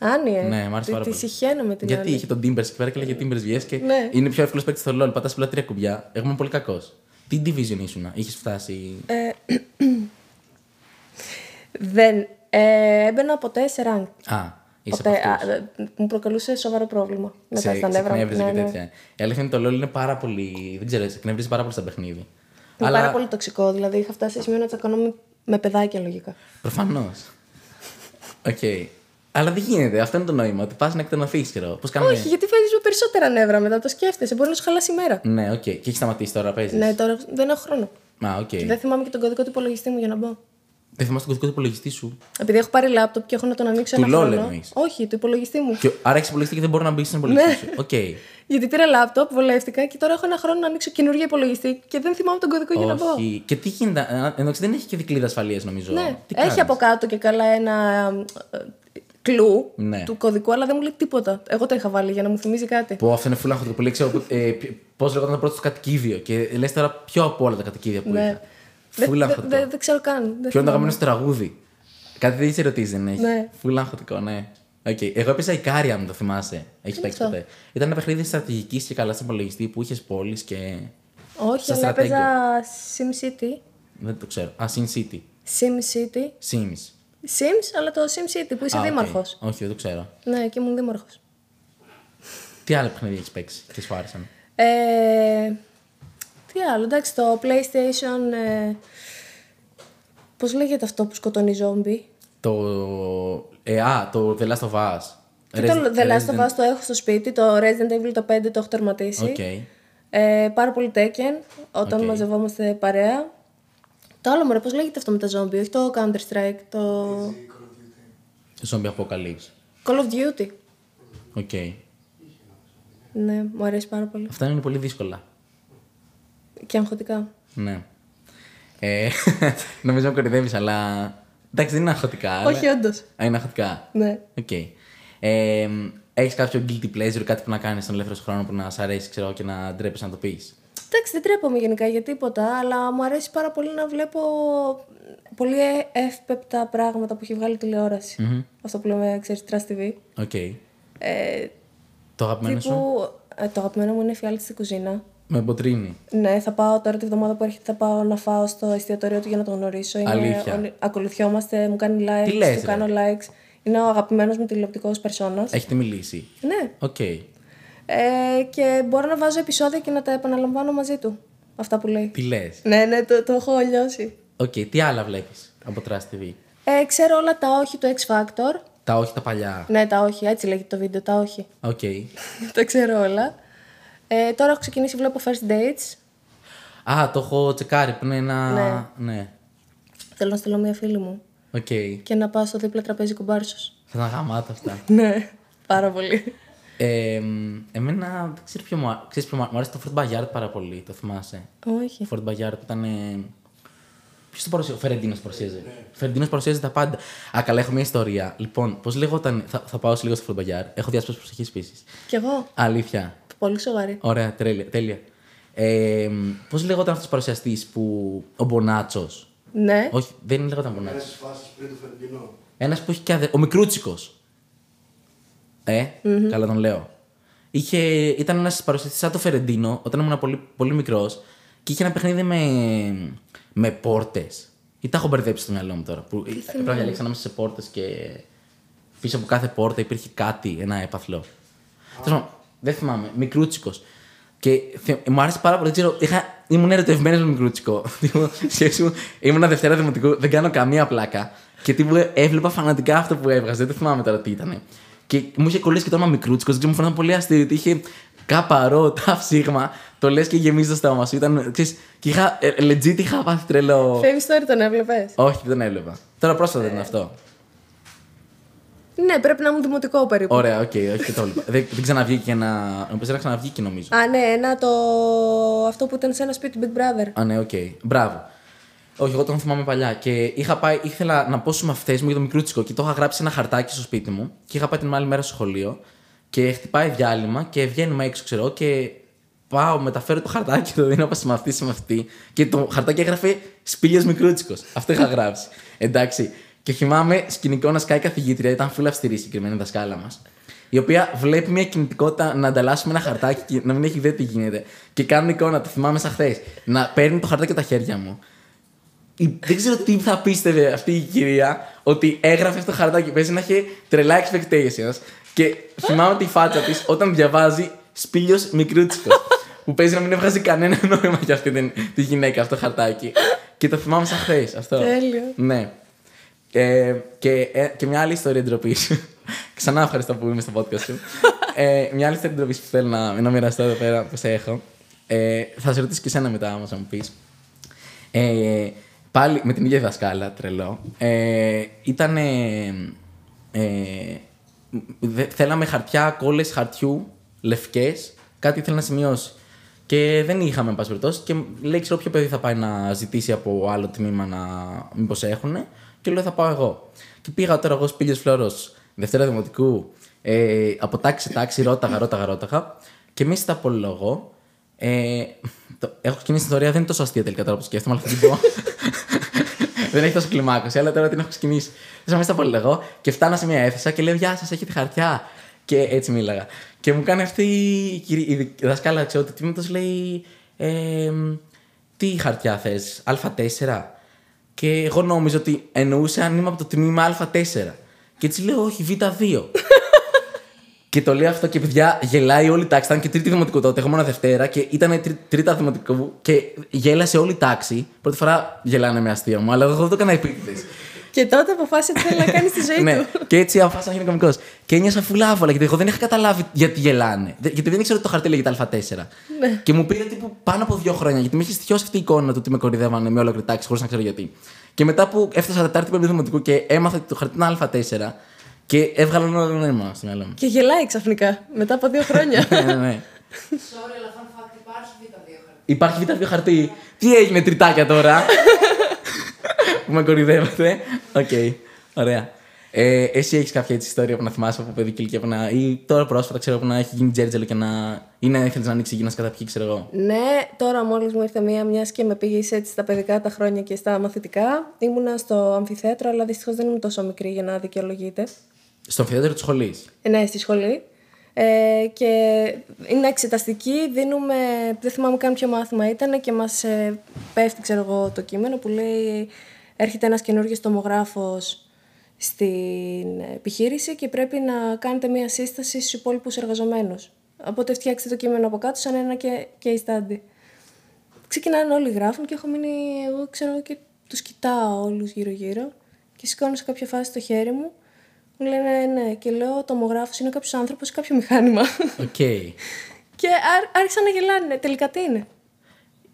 S2: Άνι, ε.
S1: Ναι, μ' άρεσε
S2: Τη-
S1: πάρα
S2: τη
S1: πολύ.
S2: συχαίνω με την
S1: Γιατί
S2: Άννη.
S1: είχε τον Timbers εκεί πέρα και λέγε Timbers βγες και
S2: Ναι.
S1: είναι πιο εύκολος παίκτης στο LOL. Πατάς απλά τρία κουμπιά. Εγώ ήμουν πολύ κακός. Τι division ήσουν, είχες φτάσει.
S2: Ε, Δεν. Ε, έμπαινα ποτέ σε rank.
S1: Α, είσαι
S2: Ποτέ.
S1: από αυτούς.
S2: Α, δε- μου προκαλούσε σοβαρό πρόβλημα.
S1: Σε-
S2: Μετά στα
S1: σε
S2: νεύρα μου.
S1: εκνεύριζε
S2: Ναι,
S1: και
S2: ναι.
S1: τέτοια. Η αλήθεια είναι το LOL είναι πάρα πολύ. Δεν ξέρω, σε εκνευρίζει πάρα πολύ στα παιχνίδι.
S2: Ήταν πάρα πολύ τοξικό. Δηλαδή είχα φτάσει σε σημείο να τσακωνόμουν με, με παιδάκια λογικά.
S1: Ναι. Προφανώς. Οκ. Αλλά δεν γίνεται. Αυτό είναι το νόημα. Ότι πας να εκτενωθεί, ξέρω. Πώς κάνουμε.
S2: Όχι, γιατί φέρνει με περισσότερα νεύρα μετά. Το σκέφτεσαι. Μπορεί να σου χαλάσει η μέρα.
S1: Ναι, οκ. Και έχεις σταματήσει τώρα, παίζεις.
S2: Ναι, τώρα δεν έχω χρόνο.
S1: Α, οκ.
S2: Δεν θυμάμαι και τον κωδικό του υπολογιστή μου για να μπω.
S1: Δεν θυμάσαι τον κωδικό του υπολογιστή σου.
S2: Επειδή έχω πάρει λάπτοπ και έχω να τον ανοίξω
S1: Του
S2: ένα
S1: LOL
S2: χρόνο.
S1: εννοείς.
S2: Όχι, του υπολογιστή μου.
S1: Και, άρα έχεις υπολογιστή και δεν μπορεί να μπει στον
S2: Ναι.
S1: υπολογιστή σου. Οκ.
S2: Γιατί πήρα λάπτοπ, βολεύτηκα και τώρα έχω ένα χρόνο να ανοίξω καινούργια υπολογιστή και δεν θυμάμαι τον κωδικό για να μπω.
S1: Όχι. Και τι γίνεται. α, Εντάξει, δεν έχει και δικλίδα ασφαλείας, νομίζω.
S2: Ναι,
S1: Τι
S2: έχει
S1: κάνεις?
S2: από κάτω και καλά ένα ε, κλου
S1: Ναι.
S2: του κωδικού, αλλά δεν μου λέει τίποτα. Εγώ το είχα βάλει για να μου θυμίζει κάτι.
S1: Πω, αυτό είναι φούλα χοντροπολί. Ξέρω ε, πώς λεγόταν το πρώτο σου κατοικίδιο. Και λες τώρα ποιο από όλα τα κατοικίδια που
S2: Ναι.
S1: είχα.
S2: Δεν
S1: Φούλα
S2: δε,
S1: χοντροπολί.
S2: δε- δεν ξέρω καν. Δεν
S1: Ποιο είναι το
S2: θυμάμαι.
S1: αγαπημένο σου τραγούδι. Κάτι δεν σε ρωτήσει, δεν έχει.
S2: Ναι.
S1: Φουλ αγχωτικό, ναι. Οκ. Εγώ έπαιζα η Κάρια, αν το θυμάσαι. Έχεις παίξει
S2: αυτό?
S1: ποτέ. Ήταν ένα παιχνίδι στρατηγικής και καλά στον υπολογιστή που είχες πόλεις και.
S2: Όχι,
S1: Σαν
S2: αλλά
S1: στρατέγιο.
S2: έπαιζα Sim City.
S1: Δεν το ξέρω. Α, Sin City.
S2: Sim City.
S1: Sims.
S2: Sims, αλλά το Sim City που είσαι
S1: Α, οκ.
S2: δήμαρχος.
S1: Όχι, δεν το ξέρω.
S2: Ναι, και ήμουν δήμαρχος.
S1: Τι άλλα παιχνίδια έχεις παίξει και σου άρεσαν.
S2: Ε, τι άλλο, εντάξει, το PlayStation. Ε, Πώς λέγεται αυτό που σκοτώνει ζόμπι.
S1: Το. Ε, α, το The Last of Us.
S2: Και
S1: Resi-
S2: το The Last
S1: Resident-
S2: of Us το έχω στο σπίτι, το Resident Evil το 5 το έχω τερματίσει.
S1: Οκ.
S2: Ε, πάρα πολύ Tekken, όταν
S1: Οκ.
S2: μαζευόμαστε παρέα. Το άλλο μωρέ, πώς λέγεται αυτό με τα zombie, όχι το Counter Strike, το
S1: Zombie Apocalypse.
S2: Call of Duty.
S1: Οκ.
S2: Ναι, μου αρέσει πάρα πολύ.
S1: Αυτά είναι πολύ δύσκολα.
S2: Και αγχωτικά.
S1: Ναι. Ε, (laughs) νομίζω με κορυδεύεις, αλλά. Εντάξει, δεν είναι αγχωτικά. αλλά-
S2: Όχι, όντως.
S1: Α, είναι αγχωτικά.
S2: Ναι.
S1: Οκ. Ε, έχεις κάποιο guilty pleasure, κάτι που να κάνεις στον ελεύθερο σου χρόνο που να σ' αρέσει ξέρω, και να ντρέπεσαι να το πεις.
S2: Εντάξει, δεν τρέπομαι γενικά για τίποτα, αλλά μου αρέσει πάρα πολύ να βλέπω πολύ ε- εύπεπτα πράγματα που έχει βγάλει η τηλεόραση. Αυτό που λέμε, ξέρεις, Trust TV.
S1: Οκ.
S2: Ε,
S1: Το αγαπημένο σου.
S2: τύπου, ε, το αγαπημένο μου είναι η φιάλτη στην κουζίνα.
S1: Με μποτρίνει.
S2: Ναι, θα πάω τώρα τη βδομάδα που έρχεται. Θα πάω να φάω στο εστιατόριο του για να τον γνωρίσω.
S1: Αλήθεια.
S2: ο- Ακολουθιόμαστε, μου κάνει
S1: Τι
S2: likes,
S1: λες,
S2: του
S1: ρε. Ε.
S2: κάνω likes. Είναι ο αγαπημένος μου τηλεοπτικός περσόνας.
S1: Έχετε μιλήσει.
S2: Ναι.
S1: Οκ.
S2: Ε, και μπορώ να βάζω επεισόδια και να τα επαναλαμβάνω μαζί του. Αυτά που λέει.
S1: Τι λες.
S2: Ναι, ναι, το, το έχω αλλιώσει.
S1: Οκ. Τι άλλα βλέπεις από Trust TV.
S2: Ε, ξέρω όλα τα όχι του X Factor.
S1: Τα όχι τα παλιά.
S2: Ναι, τα όχι, έτσι λέγεται το βίντεο, τα όχι.
S1: Οκ.
S2: (laughs) τα ξέρω όλα. Ε, τώρα έχω ξεκινήσει, βλέπω first dates.
S1: Α, το έχω τσεκάρει που είναι ένα. Ναι.
S2: Θέλω να στείλω μία φίλη μου
S1: Οκ.
S2: και να πάω στο δίπλα τραπέζι κουμπάρσος.
S1: Θα τα γαμάτα αυτά.
S2: Ναι, πάρα πολύ.
S1: Ε, εμ, εμένα δεν ξέρω ποιο μου, α- ξέρεις ποιο μου, α- μου αρέσει το Fort Bayard πάρα πολύ, το θυμάσαι. Το
S2: Όχι.
S1: Fort Bayard που ήταν. Ε, Ποιος το παρουσίαζε, ο Φερεντίνος παρουσίαζε. Ο Φερεντίνος παρουσίαζε τα πάντα. Α, καλά, έχω μια ιστορία. Λοιπόν, πώς λεγόταν. Θα, θα πάω σε λίγο στο Fort Bayard. Έχω διάσπαση προσοχή επίση.
S2: Κι εγώ.
S1: Αλήθεια.
S2: Πολύ σοβαρή.
S1: Ωραία, τρέλεια, τέλεια. Ε, πώς λεγόταν αυτό ο παρουσιαστής που. Ο Μπονάτσος.
S2: Ναι.
S1: Όχι, δεν λεγόταν Μπονάτσος.
S3: Ένας στις φάσεις πριν του Φερντινό.
S1: Ένας που είχε και αδε... Ο Μικρούτσικος. Ε, καλά τον λέω. Είχε... Ήταν ένας παρουσιαστής σαν το Φερεντίνο όταν ήμουν πολύ, πολύ μικρός και είχε ένα παιχνίδι με, με πόρτες. Ή τα έχω μπερδέψει στο μυαλό μου τώρα. Που πρέπει να διαλέξει ανάμεσα σε πόρτες και πίσω από κάθε πόρτα υπήρχε κάτι, ένα έπαθλο. Τέλος πάντων, δεν θυμάμαι. Μικρούτσικος. Και θε- μου άρεσε πάρα πολύ. Ξέρω, είχα, ήμουν ερωτευμένος με μικρούτσικο. (laughs) Τύπου, Σκέψου, μου, ήμουνα Δευτέρα Δημοτικού, δεν κάνω καμία πλάκα. Και τύπου έβλεπα φανατικά αυτό που έβγαζε, δεν θυμάμαι τώρα τι ήταν. Και μου είχε κολλήσει και το όνομα μικρούτσικος, δεν ξέρω, μου φαίνονταν πολύ αστείο. ότι Είχε Καπαρό, ταφ σίγμα. Το λες και γεμίζει το στόμα σου. Ήταν, ξέρεις, και είχα, ε, legit είχα πάθει τρελό.
S2: Fave Story τον έβλεπες.
S1: Όχι, δεν έβλεπα. Τώρα πρόσφατα ήταν αυτό.
S2: Ναι, πρέπει να ήμουν δημοτικό περίπου.
S1: Ωραία, οκ, όχι και το έβλεπα. δεν, δεν ξαναβγήκε ένα. Νομίζω να ξαναβγήκε νομίζω.
S2: Α, ναι, ένα το. αυτό που ήταν σε ένα σπίτι του Big Brother.
S1: Α, ναι, οκ. Μπράβο. Όχι, εγώ τον θυμάμαι παλιά. Και είχα πάει, ήθελα να πω στους μαθητές μου για το μικρούτσικο και το είχα γράψει σε ένα χαρτάκι στο σπίτι μου. Και είχα πάει την άλλη μέρα στο σχολείο. Και χτυπάει διάλειμμα και βγαίνουμε έξω, ξέρω. Και πάω, μεταφέρω το χαρτάκι, το δίνω από μαθητή σε μαθητή. Και το χαρτάκι έγραφε σπίλιος μικρούτσικο. Αυτό είχα γράψει. Εντάξει. Και θυμάμαι σκηνικό να σκάει η καθηγήτρια, ήταν φούλα αυστηρή η συγκεκριμένη δασκάλα μας η οποία βλέπει μια κινητικότητα να ανταλλάσσουμε ένα χαρτάκι και να μην έχει ιδέα τι γίνεται. Και κάνω εικόνα, το θυμάμαι σαν χθες. Να παίρνει το χαρτάκι από τα χέρια μου. Η- Δεν ξέρω τι θα πίστευε αυτή η κυρία ότι έγραφε αυτό το χαρτάκι. Παίζει να είχε τρελά expectations. Και θυμάμαι τη φάτσα της όταν διαβάζει σπήλιο μικρούτσικος. που παίζει να μην έβγαζε κανένα νόημα για αυτή την, τη γυναίκα αυτό το χαρτάκι. Και το θυμάμαι σαν χθες αυτό.
S2: Τέλειο.
S1: Ναι. Ε, και, ε, και μια άλλη ιστορία ντροπή. Ξανά ευχαριστώ που είμαι στο podcast σου. ε, μια άλλη ιστορία ντροπή που θέλω να, να μοιραστώ εδώ πέρα που σε έχω. Ε, θα σε ρωτήσω και εσένα μετά όμω να μου πεις. Ε, πάλι με την ίδια δασκάλα, τρελό. Ε, ήταν. Ε, ε, δε- θέλαμε χαρτιά, κόλλες χαρτιού, λευκές. Κάτι ήθελε να σημειώσει. Και δεν είχαμε, εν πάση περιπτώσει. Και λέει, ξέρω ποιο παιδί θα πάει να ζητήσει από άλλο τμήμα να. Μήπως έχουν. Και λέω, θα πάω εγώ. Και πήγα τώρα εγώ σπίλιος φλόρο Δευτέρα Δημοτικού. Ε, από τάξη σε τάξη, ρώταγα, ρώταγα, ρώταγα. Και μη στα απολογώ. Ε, το, έχω ξεκινήσει την ιστορία, δεν είναι τόσο αστεία τελικά τώρα που σκέφτομαι, αλλά θα την πω. δεν έχει τόσο κλιμάκωση, αλλά τώρα την έχω ξεκινήσει. Δεν μέσα πολύ εγώ και φτάνω σε μια αίθουσα και λέω: Γεια σας, έχετε χαρτιά. Και έτσι μίλαγα. Και μου κάνει αυτή η, κυρία- η δι- η δασκάλα, ξέρω ότι τίμητο λέει: «Ε, Τι χαρτιά θες, Α4. Και εγώ νόμιζα ότι εννοούσε αν είμαι από το τμήμα Α4. Και έτσι λέω: Όχι, Β2. Και το λέει αυτό και παιδιά γελάει όλη η τάξη. Ήταν και τρίτη δημοτικού τότε. Έχω μόνο Δευτέρα και ήταν τρι, τρίτα δημοτικού και γέλασε όλη η τάξη. Πρώτη φορά γελάνε με αστείο μου, αλλά εγώ δεν το έκανα επίτηδες.
S2: Και τότε αποφάσισε τι θέλει να κάνει στη ζωή
S1: ναι.
S2: του.
S1: Και έτσι αποφάσισα να γίνω κωμικό. Και ένιωσα φουλάβολα γιατί εγώ δεν είχα καταλάβει γιατί γελάνε. Δε- Γιατί δεν ήξερα ότι το χαρτί λέγεται Α4. Και μου πήρε τύπου πάνω από δύο χρόνια γιατί με είχε στοιχειώσει αυτή η εικόνα του ότι με κορυδεύανε με όλο τάξη χωρίς να ξέρω γιατί. Και μετά που έφτασα Τετάρτη Πέμπτη Δημοτικού και έμαθα ότι το χαρτί ήταν Α4 και έβγαλα ένα άλλο νόημα στο μυαλό μου.
S2: Και γελάει ξαφνικά μετά από δύο
S1: (laughs)
S2: χρόνια.
S1: Ναι,
S4: Sorry,
S1: ναι, ναι.
S4: αλλά fun fact υπάρχει β2 χαρτί.
S1: Υπάρχει β' χαρτί. Τι έγινε τριτάκια τώρα. που με κορυδεύετε. Οκ. Ωραία. Ε, εσύ έχεις κάποια έτσι ιστορία που να θυμάσαι από παιδική ηλικία που να... ή τώρα πρόσφατα ξέρω που να έχει γίνει τζέρτζελο και να. ή να ήθελε να ανοίξεις γύνα κατά ποιοι, ξέρω εγώ.
S2: ναι, τώρα μόλις μου ήρθε μία, μιας και με πήγες έτσι στα παιδικά τα χρόνια και στα μαθητικά. Ήμουνα στο αμφιθέατρο, αλλά δυστυχώς δεν ήμουν τόσο μικρή για να δικαιολογείται.
S1: Στο αμφιθέατρο της σχολής.
S2: Ε, Ναι, στη σχολή. Ε, και είναι εξεταστική, δίνουμε, δεν θυμάμαι καν ποιο μάθημα ήταν και μας ε, πέφτει, ξέρω εγώ, το κείμενο που λέει έρχεται ένας καινούργιος τομογράφος στην επιχείρηση και πρέπει να κάνετε μία σύσταση στους υπόλοιπους εργαζομένους. Οπότε φτιάξτε το κείμενο από κάτω σαν ένα και, και study. Ξεκινάνε όλοι γράφουν και έχω μείνει εγώ ξέρω εγώ, και τους κοιτάω όλους γύρω γύρω και σηκώνω σε κάποια φάση το χέρι μου μου λένε ναι και λέω τομογράφος είναι κάποιος άνθρωπος ή κάποιο μηχάνημα (laughs)
S1: Οκ.
S2: και άρχισα άρχισαν να γελάνε τελικά τι είναι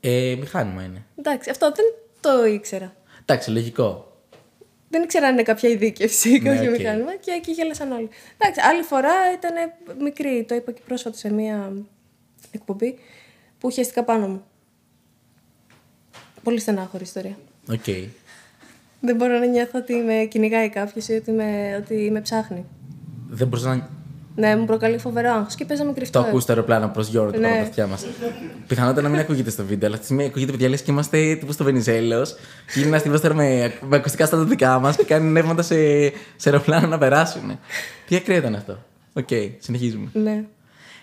S1: Ε, μηχάνημα είναι.
S2: εντάξει αυτό δεν το ήξερα
S1: Εντάξει, λογικό.
S2: δεν ήξερα αν είναι κάποια ειδίκευση ή
S1: Ναι,
S2: κάποιο
S1: οκ.
S2: μηχάνημα και εκεί γέλασαν όλοι. Εντάξει, άλλη φορά ήταν μικρή, το είπα και πρόσφατα σε μία εκπομπή που χαίστηκα πάνω μου. Πολύ στενάχωρη ιστορία.
S1: Οκ.
S2: Δεν μπορώ να νιώθω ότι με κυνηγάει κάποιος ή ότι με, ότι με ψάχνει.
S1: Δεν μπορούσα να.
S2: Ναι, μου προκαλεί φοβερό άγχος και παίζαμε κρυφτό.
S1: Το ακούς το αεροπλάνο προς Γιώργο
S2: Ε. Ναι.
S1: ναι. τα αυτιά μας. Πιθανότατα να μην ακούγεται στο βίντεο, αλλά αυτή τη στιγμή ακούγεται παιδιά λες και είμαστε τύπου στο Βενιζέλος. Και είναι ένας τύπος τώρα με, με ακουστικά στα δικά μας και κάνει νεύματα σε, σε αεροπλάνο να περάσουν. Τι ακραίο ήταν αυτό. Οκ, συνεχίζουμε.
S2: Ναι.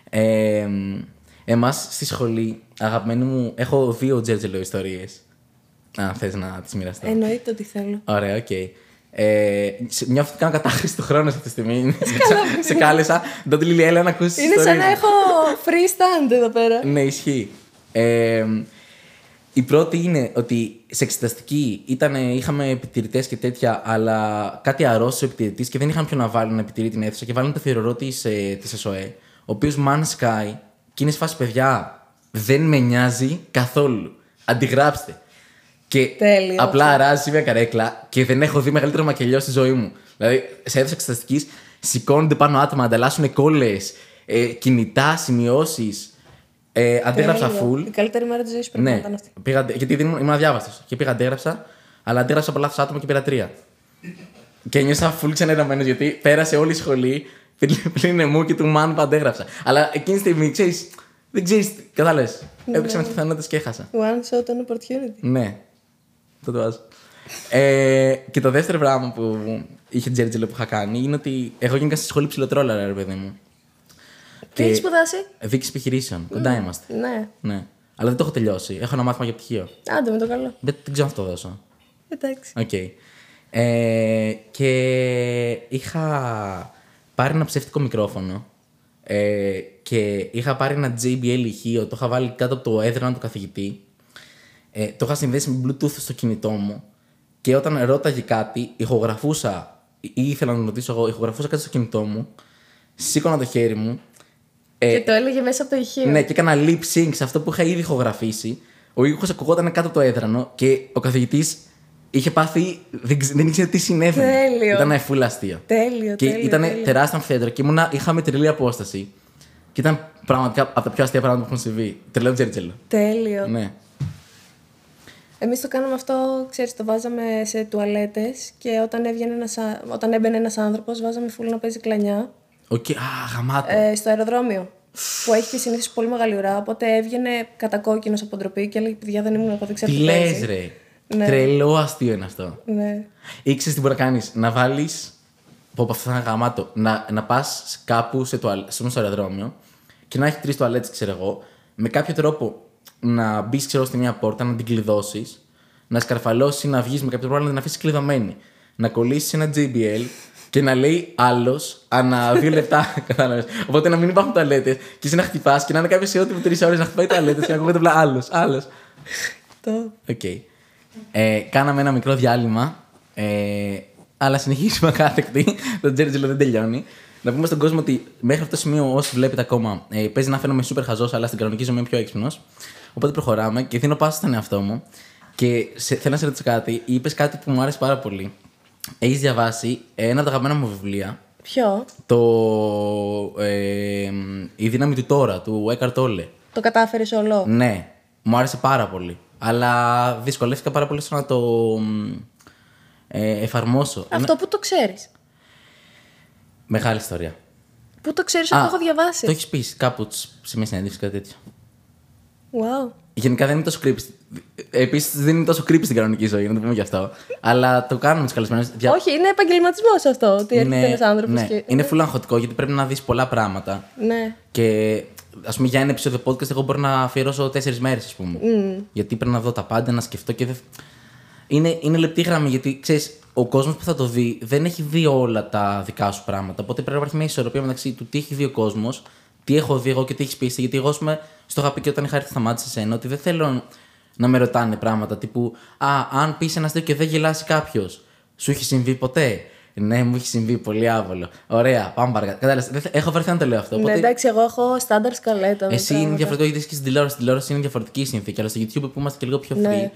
S1: Ε, Εμάς στη σχολή, αγαπημένοι μου, έχω δύο τζέρτζελο ιστορίες. Αν θες να τις μοιραστώ.
S2: Εννοείται ότι θέλω.
S1: Ωραία, οκ. Ε, σε- νιώθω ότι κάνω κατάχρηση του χρόνου σε αυτή τη στιγμή. σε, σε κάλεσα. Ντόντι Λίλι, έλα να ακούσει.
S2: Είναι σαν να έχω free stand εδώ πέρα.
S1: Ναι, ισχύει. Ε, η πρώτη είναι ότι σε εξεταστική ήταν, είχαμε επιτηρητές και τέτοια, αλλά κάτι αρρώστησε ο επιτηρητής και δεν είχαν πιο να βάλουν επιτηρεί την αίθουσα και βάλουν το θηρορό της ε, της SOE, ο οποίος μάνσκάει Και είναι σε φάση, παιδιά, δεν με νοιάζει καθόλου. Αντιγράψτε. Και
S2: Τέλειο.
S1: απλά αράζει μια καρέκλα και δεν έχω δει μεγαλύτερο μακελιό στη ζωή μου. Δηλαδή, σε αίθουσα εξεταστικής σηκώνονται πάνω άτομα, ανταλλάσσουν κόλλες, ε, κινητά, σημειώσεις. Ε, αντέγραψα
S2: Τέλειο.
S1: full.
S2: Η καλύτερη μέρα της ζωής πρέπει να
S1: Ναι,
S2: ήταν αυτή.
S1: πήγα, γιατί δεν ήμουν, ήμουν αδιάβαστος. Και πήγα αντέγραψα, αλλά αντέγραψα από λάθος άτομο και πήρα τρία. και νιώσα full ξενεραμένο γιατί πέρασε όλη η σχολή πλην- πλην εμού και του μάν που αντέγραψα. Αλλά εκείνη τη στιγμή ξέρεις, δεν ξέρεις, κατάλαβες.
S2: Ναι.
S1: Έπαιξα με τις πιθανότητες και έχασα.
S2: One shot, an opportunity.
S1: Ναι. Το το βάζω. ε, και το δεύτερο πράγμα που είχε τζέρτζελο που είχα κάνει είναι ότι εγώ γίνηκα στη σχολή ψηλοτρόλαρα, ρε παιδί μου.
S2: Τι έχει σπουδάσει.
S1: Δίκη επιχειρήσεων. Κοντά είμαστε.
S2: Ναι.
S1: Ναι. Αλλά δεν το έχω τελειώσει. Έχω ένα μάθημα για πτυχίο.
S2: Άντε με το καλό.
S1: Δεν, δεν ξέρω αν θα το δώσω.
S2: Εντάξει.
S1: Οκ. Ε, και είχα πάρει ένα ψεύτικο μικρόφωνο ε, και είχα πάρει ένα JBL ηχείο, το είχα βάλει κάτω από το έδρανα του καθηγητή. Ε, το είχα συνδέσει με Bluetooth στο κινητό μου και όταν ρώταγε κάτι, ηχογραφούσα ή ή ήθελα να τον ρωτήσω εγώ, ηχογραφούσα κάτι στο κινητό μου, σήκωνα το χέρι μου ε,
S2: Και το έλεγε μέσα από το ηχείο.
S1: ναι, και έκανα lip sync σε αυτό που είχα ήδη ηχογραφήσει. Ο ήχος ακουγόταν κάτω από το έδρανο και ο καθηγητής είχε πάθει. Δεν, ξε- δεν ήξερε τι συνέβαινε.
S2: Τέλειο.
S1: Ήταν φούλα αστείο.
S2: Τέλειο,
S1: Και
S2: τέλειο.
S1: ήταν
S2: τέλειο.
S1: τεράστιο αμφιθέατρο και ήμουνα, είχαμε τρελή απόσταση. Και ήταν πραγματικά από τα πιο αστεία πράγματα που έχουν συμβεί. Τρελό τζέρτζελο.
S2: Τέλειο.
S1: Ναι.
S2: Εμείς το κάναμε αυτό, ξέρεις, το βάζαμε σε τουαλέτες και όταν, έβγαινε ένας, α- όταν έμπαινε ένας άνθρωπος βάζαμε φούλη να παίζει κλανιά
S1: Οκ, α, γαμάτο.
S2: ε, στο αεροδρόμιο που έχει τη συνήθως πολύ μεγάλη ουρά, οπότε έβγαινε κατακόκκινος από ντροπή και έλεγε παιδιά δεν ήμουν εγώ, δεν ξέρω
S1: τι λε,
S2: παίζει».
S1: ρε.
S2: Ναι.
S1: Τρελό αστείο είναι αυτό.
S2: Ναι.
S1: Ήξερες τι μπορεί να κάνεις. Να βάλεις. Πω πω, αυτό θα είναι γαμάτο. Να, να πας κάπου σε τουαλ, σε στο αεροδρόμιο και να έχει τρεις τουαλέτες, ξέρω εγώ. Με κάποιο τρόπο να μπεις, ξέρω στη μια πόρτα, να την κλειδώσεις, να σκαρφαλώσεις, να βγεις με κάποιο τρόπο, αλλά να την αφήσεις κλειδωμένη. Να κολλήσεις ένα JBL και να λέει άλλος ανά δύο λεπτά. (laughs) Κατάλαβες. Οπότε να μην υπάρχουν τουαλέτε και εσύ να χτυπάς και να είναι κάποιος σε ό,τι που τρεις ώρες να χτυπάει τουαλέτε και να ακούγεται απλά άλλος, άλλος.
S2: Το...
S1: Οκ. Ε, κάναμε ένα μικρό διάλειμμα. Ε, αλλά συνεχίζουμε (laughs) ακάθεκτη. το Τζέρτζελο δεν τελειώνει. Να πούμε στον κόσμο ότι μέχρι αυτό το σημείο, όσοι βλέπετε ακόμα, ε, παίζει να φαίνομαι super χαζός, αλλά στην κανονική ζωή είμαι πιο έξυπνος. Οπότε προχωράμε και δίνω πάσα στον εαυτό μου. Και σε, θέλω να σε ρωτήσω κάτι. Είπες κάτι που μου άρεσε πάρα πολύ. Έχεις διαβάσει ένα από τα αγαπημένα μου βιβλία.
S2: Ποιο,
S1: Το. Ε, η δύναμη του τώρα, του Έκαρτ Όλε.
S2: το κατάφερες όλο.
S1: Ναι, μου άρεσε πάρα πολύ. Αλλά δυσκολεύτηκα πάρα πολύ στο να το μ, ε, εφαρμόσω. Είναι
S2: Αυτό που το ξέρεις.
S1: Μεγάλη ιστορία.
S2: Που το ξέρεις ότι το έχω διαβάσει.
S1: Το έχεις πει κάπου τσ, σε μια συνέντευξη κάτι τέτοιο.
S2: Wow.
S1: Γενικά δεν είναι τόσο creepy. Επίσης δεν είναι τόσο creepy στην κανονική ζωή, να το πούμε γι' αυτό. Αλλά το κάνουμε τους καλεσμένους.
S2: Όχι, είναι επαγγελματισμός αυτό, ότι έρχεται ένας άνθρωπος
S1: ναι.
S2: και...
S1: Είναι full αγχωτικό γιατί πρέπει να δεις πολλά πράγματα.
S2: Ναι.
S1: Και ας πούμε για ένα επεισόδιο podcast, εγώ μπορώ να αφιερώσω τέσσερις μέρες, ας πούμε. Γιατί πρέπει να δω τα πάντα, να σκεφτώ και δεν. Είναι, είναι λεπτή γραμμή γιατί ξέρεις, ο κόσμος που θα το δει δεν έχει δει όλα τα δικά σου πράγματα. Οπότε πρέπει να υπάρχει μια ισορροπία μεταξύ του τι έχει δει ο κόσμος, τι έχω δει εγώ και τι έχεις πει. εσύ. Γιατί εγώ, ας πούμε, στο είχα πει και όταν είχα έρθει, σταμάτησε σε ένα, ότι δεν θέλω να με ρωτάνε πράγματα τύπου Α, αν πεις ένα αστείο και δεν γελάσει κάποιος, σου έχει συμβεί ποτέ. Ναι, μου έχει συμβεί πολύ άβολο. Ωραία, πάμε παρακάτω. Κατάλαβες. δεν θε- Έχω βρεθεί να το λέω αυτό.
S2: Ναι,
S1: Οπότε
S2: εντάξει, εγώ έχω στάνταρ σκαλέτα. με
S1: Ε, εσύ είναι
S2: πράγματα.
S1: διαφορετικό γιατί είσαι και στην τηλεόραση. Στην τηλεόραση είναι διαφορετική η συνθήκη. Αλλά στο YouTube που είμαστε και λίγο πιο free,
S2: Ναι.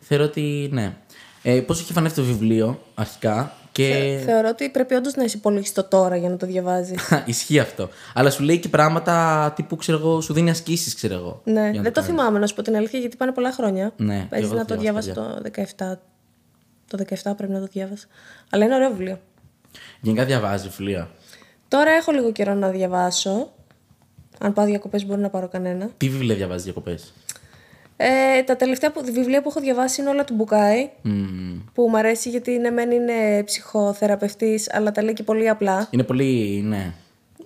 S1: θεωρώ ότι ναι. Ε, Πώς έχει φανεί αυτό το βιβλίο αρχικά και.
S2: Θεωρώ ότι πρέπει όντως να είσαι υπολογιστό τώρα για να το διαβάζεις.
S1: (laughs) Ισχύει αυτό. Αλλά σου λέει και πράγματα τύπου, ξέρω εγώ, σου δίνει ασκήσεις, ξέρω εγώ. για
S2: ναι,
S1: να
S2: δεν το,
S1: το κάνεις.
S2: θυμάμαι να σου πω την αλήθεια γιατί πάνε πολλά χρόνια.
S1: Ναι, και
S2: Παίζει
S1: εγώ
S2: να
S1: το
S2: το
S1: διάβασα,
S2: διάβασα το 17. Το 17 πρέπει να το διάβασα. Αλλά είναι ωραίο βιβλίο.
S1: Γενικά διαβάζει βιβλία.
S2: Τώρα έχω λίγο καιρό να διαβάσω. Αν πάω διακοπές, μπορεί να πάρω κανένα.
S1: Τι βιβλία διαβάζεις διακοπές.
S2: Ε, τα τελευταία που, βιβλία που έχω διαβάσει είναι όλα του Μπουκάη. Που μου αρέσει γιατί ναι, μεν είναι ψυχοθεραπευτής, αλλά τα λέει και πολύ απλά.
S1: Είναι πολύ. Ναι.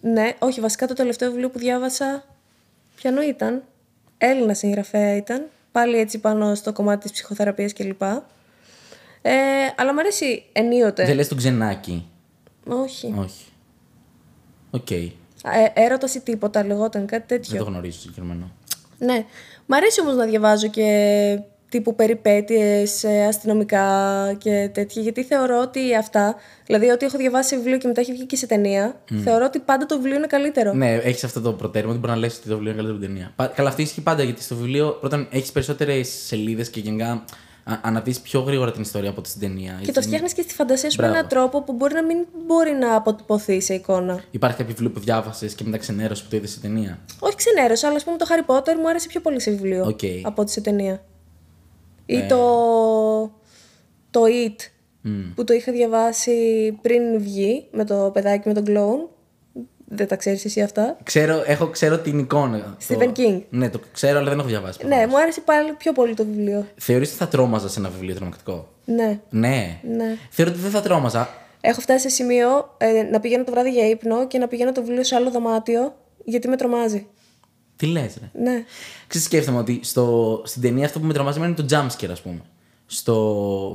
S2: Ναι, όχι, βασικά το τελευταίο βιβλίο που διάβασα. Ποιανού ήταν. Έλληνα συγγραφέα ήταν. Πάλι έτσι πάνω στο κομμάτι της ψυχοθεραπείας κλπ. Ε, αλλά μου αρέσει ενίοτε.
S1: Δεν λες τον ξενάκι.
S2: Όχι.
S1: Όχι. Οκ.
S2: Ε, έρωτας ή τίποτα λεγόταν κάτι
S1: Δεν
S2: τέτοιο.
S1: το γνωρίζω συγκεκριμένο.
S2: Ναι. Μ' αρέσει όμως να διαβάζω και τύπου περιπέτειες, ε, αστυνομικά και τέτοια. Γιατί θεωρώ ότι αυτά, δηλαδή ότι έχω διαβάσει βιβλίο και μετά έχει βγει και σε ταινία, θεωρώ ότι πάντα το βιβλίο είναι καλύτερο.
S1: Ναι, έχεις αυτό το προτέρημα ότι μπορεί να λες ότι το βιβλίο είναι καλύτερο από την ταινία. Πα- Καλά, αυτό ισχύει πάντα γιατί στο βιβλίο πρώτον έχεις περισσότερες σελίδες και γενικά αναπτύσσει πιο γρήγορα την ιστορία από ό,τι στην ταινία.
S2: Και
S1: έτσι,
S2: το
S1: είναι-
S2: φτιάχνεις και στη φαντασία σου με
S1: Μπράβο.
S2: έναν τρόπο που μπορεί να μην μπορεί να αποτυπωθεί σε εικόνα.
S1: Υπάρχει κάποιο βιβλίο που διάβασες και μετά ξενέρωσε που το είδες στην ταινία.
S2: Όχι ξενέρωσε, αλλά ας πούμε το Harry Potter μου άρεσε πιο πολύ σε βιβλίο
S1: Οκ. Ναι.
S2: από ότι σε ταινία. Ή το. το It που το είχα διαβάσει πριν βγει με το παιδάκι με τον κλόουν. Δεν τα ξέρεις εσύ αυτά.
S1: Ξέρω, έχω, ξέρω την εικόνα.
S2: Stephen King.
S1: Ναι, το ξέρω, αλλά δεν έχω διαβάσει. ποτέ.
S2: Ναι, μου άρεσε πάλι πιο πολύ το βιβλίο.
S1: Θεωρείς ότι θα τρόμαζα σε ένα βιβλίο τρομακτικό.
S2: Ναι.
S1: Ναι.
S2: Ναι.
S1: Θεωρώ ότι δεν θα τρόμαζα.
S2: Έχω φτάσει σε σημείο ε, να πηγαίνω το βράδυ για ύπνο και να πηγαίνω το βιβλίο σε άλλο δωμάτιο γιατί με τρομάζει.
S1: Τι λες, ρε.
S2: Ναι.
S1: Ξέρεις, σκέφτομαι ότι στο, στην ταινία αυτό που με τρομάζει εμένα είναι το jumpscare, ας πούμε. Στο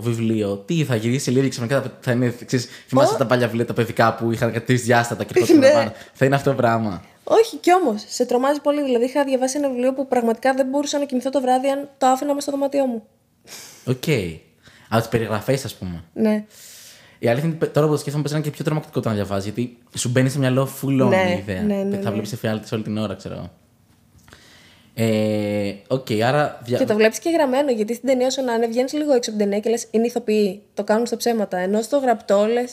S1: βιβλίο, τι θα γυρίσει σελίδα και ξαφνικά θα- θα είναι. Ξέρεις, θυμάσαι τα παλιά βιβλία τα παιδικά που είχαν κάτι διάστατα και ερχόταν
S2: Ναι.
S1: πάνω. Θα είναι αυτό το πράγμα.
S2: Όχι, κι όμως. Σε τρομάζει πολύ. Δηλαδή, είχα διαβάσει ένα βιβλίο που πραγματικά δεν μπορούσα να κοιμηθώ το βράδυ αν το άφηνα μέσα στο δωμάτιό μου.
S1: Οκ. Από τις περιγραφές, ας πούμε.
S2: Ναι.
S1: Η αλήθεια είναι ότι τώρα που το σκέφτομαι, παίζει να είναι και πιο τρομακτικό το να διαβάζεις. Γιατί σου μπαίνει σε μυαλό full on
S2: Ναι,
S1: η ιδέα.
S2: ναι, ναι,
S1: θα
S2: ναι.
S1: βλέπεις εφιάλτη όλη την ώρα, ξέρω εγώ. Ε, Οκ, άρα. δια-
S2: Και το βλέπεις και γραμμένο, γιατί στην ταινία σου να είναι, βγαίνεις λίγο έξω από την ταινία και λες: Είναι ηθοποιοί. Το κάνουν στα ψέματα. Ενώ στο γραπτό λες.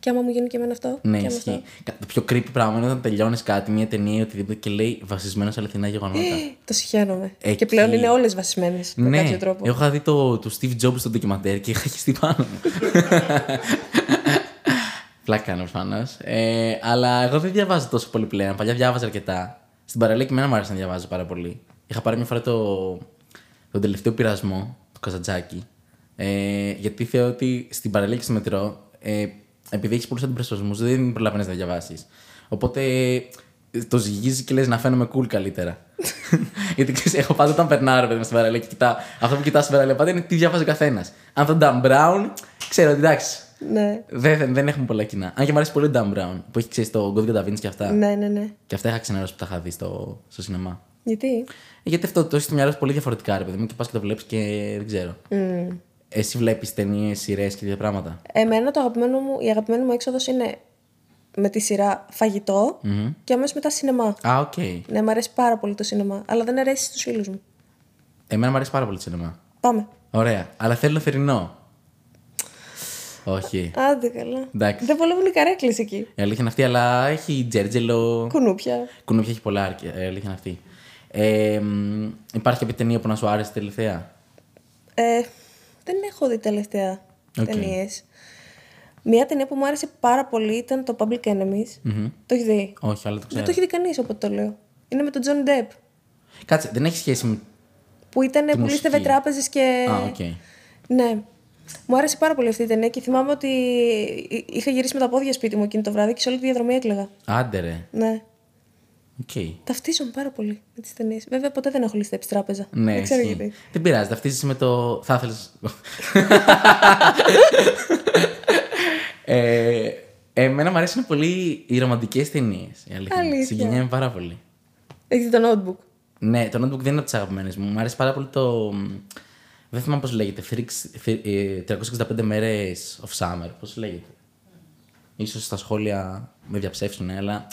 S2: Και άμα μου γίνει και εμένα αυτό.
S1: Ναι,
S2: και άμα
S1: ισχύει.
S2: αυτό.
S1: Κα- Το πιο creepy πράγμα είναι όταν τελειώνεις κάτι, μια ταινία ή οτιδήποτε και λέει βασισμένο σε αληθινά γεγονότα.
S2: Το συχαίνομαι.
S1: Εκεί-
S2: Και πλέον είναι όλες βασισμένες Ε, με
S1: ναι,
S2: κάποιο τρόπο.
S1: εγώ είχα δει το, του Steve Jobs στο ντοκιμαντέρ και είχα χυστεί πάνω μου. Πλάκα κάνω προφανώ. Ε, αλλά εγώ δεν διαβάζω τόσο πολύ πλέον. Παλιά διάβαζα αρκετά. Στην παραλία και εμένα μου άρεσε να διαβάζω πάρα πολύ. Είχα πάρει μια φορά το, τον τελευταίο πειρασμό, το Καζατζάκι. Ε, γιατί θεωρώ ότι στην παραλία και στο μετρό, ε, επειδή έχεις πολλούς αντιπροσωπισμούς, δεν προλαβαίνεις να διαβάσεις. Οπότε ε, το ζυγίζει και λες να φαίνομαι cool καλύτερα. Γιατί ξέρεις, έχω πάντα όταν περνάω ρε παιδί μου στην παραλία και κοιτά, αυτό που κοιτά στην παραλία πάντα είναι τι διαβάζει ο καθένας. Αν τον Dan Brown, ξέρω ότι εντάξει,
S2: Ναι.
S1: δεν, δεν έχουμε πολλά κοινά. Αν και μου αρέσει πολύ ο Dan Brown που έχει ξέρεις το God Da Vinci και αυτά.
S2: ναι, ναι, ναι.
S1: Και αυτά είχα ξενερώσει που τα είχα δει στο, στο σινεμά.
S2: Γιατί.
S1: Ε, Γιατί αυτό το έχει στο μυαλό σου πολύ διαφορετικά, ρε παιδί μου, και πας και το βλέπεις και δεν ξέρω. Εσύ βλέπεις ταινίες, σειρές και τέτοια πράγματα.
S2: Εμένα το αγαπημένο μου, η αγαπημένη μου έξοδος είναι με τη σειρά φαγητό και αμέσως μετά σινεμά.
S1: Α, οκ.
S2: Ναι, μου αρέσει πάρα πολύ το σινεμά, αλλά δεν αρέσει στους φίλους μου.
S1: Εμένα μου αρέσει πάρα πολύ το σινεμά.
S2: Πάμε.
S1: Ωραία. Αλλά θέλω θερινό. Όχι.
S2: Άντε καλά.
S1: Εντάξει.
S2: Δεν βολεύουν οι καρέκλες εκεί.
S1: Η αλήθεια είναι αυτή, αλλά έχει τζέρτζελο.
S2: Κουνούπια.
S1: Κουνούπια έχει πολλά, αρκε- η αλήθεια είναι αυτή. Ε, μ, υπάρχει κάποια ταινία που να σου άρεσε τελευταία.
S2: Ε, δεν έχω δει τελευταία
S1: Οκ.
S2: ταινίες. Μία ταινία που μου άρεσε πάρα πολύ ήταν το Public Enemies. Το έχεις δει.
S1: Όχι, αλλά το ξέρω.
S2: Δεν το έχει δει κανείς όποτε το λέω. Είναι με τον Τζον Ντεπ.
S1: Κάτσε, δεν έχει σχέση με.
S2: Που ήταν που
S1: μουσική.
S2: λίστευε τράπεζες και.
S1: Α, οκ.
S2: Ναι. Μου άρεσε πάρα πολύ αυτή η ταινία και θυμάμαι ότι είχα γυρίσει με τα πόδια σπίτι μου εκείνη το βράδυ και σε όλη τη διαδρομή έκλαιγα.
S1: Άντε ρε.
S2: Ναι.
S1: Οκ.
S2: Ταυτίζομαι πάρα πολύ με τις ταινίες. Βέβαια, ποτέ δεν έχω ληστέψει τράπεζα.
S1: Ναι,
S2: δεν ξέρω
S1: ισχύει.
S2: γιατί.
S1: Δεν πειράζει, ταυτίζεσαι με το. Θα ήθελες. ε, εμένα μου αρέσουν πολύ οι ρομαντικές ταινίες.
S2: Αλήθεια.
S1: Συγκινιέμαι πάρα πολύ.
S2: Έχεις το notebook.
S1: Ναι, το notebook δεν είναι από τις αγαπημένες μου. Μου αρέσει πάρα πολύ το. μ, Δεν θυμάμαι πώς λέγεται. Thrix- θρι- ε, 365 μέρες of summer. Πώς λέγεται. Ίσως στα σχόλια με διαψεύσουν, αλλά.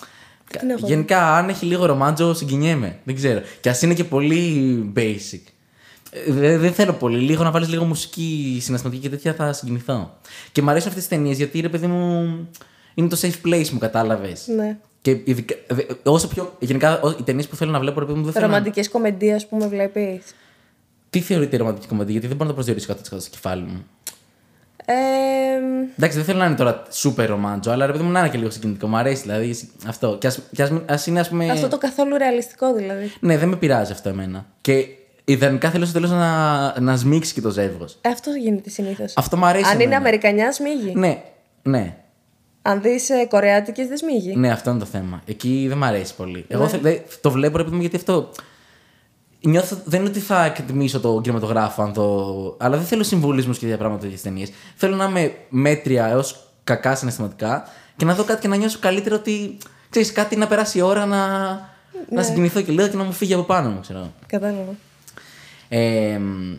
S1: κα-
S2: την έχω δει.
S1: Γενικά, αν έχει λίγο ρομάντζο, συγκινιέμαι. Δεν ξέρω. Και ας είναι και πολύ basic. Ε, δε- Δεν θέλω πολύ. Λίγο να βάλεις λίγο μουσική συναισθηματική και τέτοια θα συγκινηθώ. Και μου αρέσουν αυτές τις ταινίες γιατί ρε παιδί μου. Είναι το safe place μου, κατάλαβες.
S2: Ναι.
S1: Και ειδικά, δε- όσο πιο. Γενικά, ό- οι ταινίες που θέλω να βλέπω, ρε παιδί μου, δεν θέλω. να-
S2: Ρομαντικές κομμεντίες, ας πούμε, βλέπεις.
S1: Τι θεωρείται ρομαντική κομμάτι, γιατί δεν μπορώ να το προσδιορίσω 100% στο κεφάλι μου.
S2: Ε, μ,
S1: Εντάξει, δεν θέλω να είναι τώρα super ρομάντζο, αλλά ρε παιδί μου να είναι και λίγο συγκινητικό. Μου αρέσει δηλαδή αυτό. Και ας είναι, ας πούμε.
S2: Αυτό το καθόλου ρεαλιστικό δηλαδή.
S1: Ναι, δεν με πειράζει αυτό εμένα. Και ιδανικά θέλω στο τέλος να, να σμίξει και το ζεύγος.
S2: Ε, Αυτό γίνεται συνήθως.
S1: Αυτό μ' αρέσει
S2: Αν είναι
S1: εμένα.
S2: Αμερικανιά, σμίγει.
S1: Ναι, ναι.
S2: Αν δεις ε, Κορεάτικες, δεν σμίγει.
S1: Ναι, αυτό είναι το θέμα. Εκεί δεν μ' αρέσει πολύ. Εγώ θε- δε- το βλέπω ρε παιδί μου γιατί αυτό. Νιώθω, δεν είναι ότι θα εκτιμήσω τον κινηματογράφο, αν το... αλλά δεν θέλω συμβολισμούς και τέτοια πράγματα τέτοιε ταινίες. Θέλω να είμαι μέτρια έως κακά συναισθηματικά και να δω κάτι και να νιώσω καλύτερα ότι ξέρεις κάτι να περάσει η ώρα να, να συγκινηθώ και λίγο και να μου φύγει από πάνω μου, ξέρω.
S2: Κατάλαβα.
S1: Ε, μ,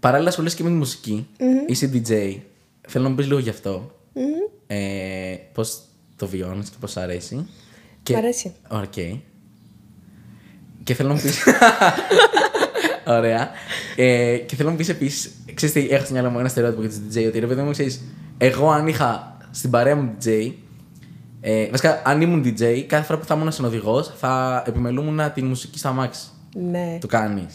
S1: Παράλληλα ασχολείσαι και με τη μουσικη Είσαι DJ. Θέλω να μου πεις λίγο γι' αυτο Ε, πώς το βιώνεις και πώς αρέσει. Και...
S2: Μ' αρέσει.
S1: Οκ. Και θέλω να μου πεις.
S2: (laughs)
S1: Ωραία. Ε, και θέλω να μου πεις επίσης. Ξέρεις τι, έχω στο μυαλό μου ένα στερεότυπο για του DJ. Ότι ρε παιδί μου, ξέρεις, εγώ αν είχα στην παρέα μου DJ. Ε, βασικά, αν ήμουν DJ, κάθε φορά που θα ήμουν συνοδηγό, θα επιμελούμουν τη μουσική στα μάξι.
S2: Ναι.
S1: Το κάνεις.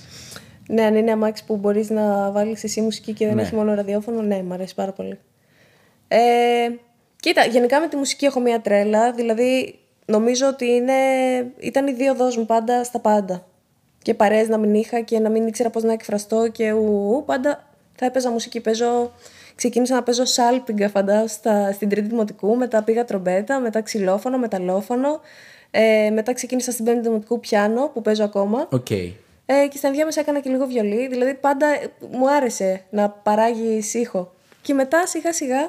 S2: Ναι, αν είναι αμάξι που μπορείς να βάλεις εσύ μουσική και δεν
S1: Ναι.
S2: έχει μόνο ραδιόφωνο, ναι, μου αρέσει πάρα πολύ. Ε, κοίτα, γενικά με τη μουσική έχω μία τρέλα. Δηλαδή, νομίζω ότι είναι, ήταν οι δύο δός μου πάντα στα πάντα. Και παρέες να μην είχα και να μην ήξερα πώς να εκφραστώ και ου, ου, πάντα θα έπαιζα μουσική. Παίζω, ξεκίνησα να παίζω σάλπιγγα, φαντάζομαι, στα- στην Τρίτη Δημοτικού. Μετά πήγα τρομπέτα, μετά ξυλόφωνο, μεταλλόφωνο. Ε, μετά ξεκίνησα στην Πέμπτη Δημοτικού πιάνο που παίζω ακόμα.
S1: Οκ.
S2: Ε, και στα ενδιάμεσα έκανα και λίγο βιολί. Δηλαδή πάντα ε, μου άρεσε να παράγεις ήχο. Και μετά σιγά σιγά,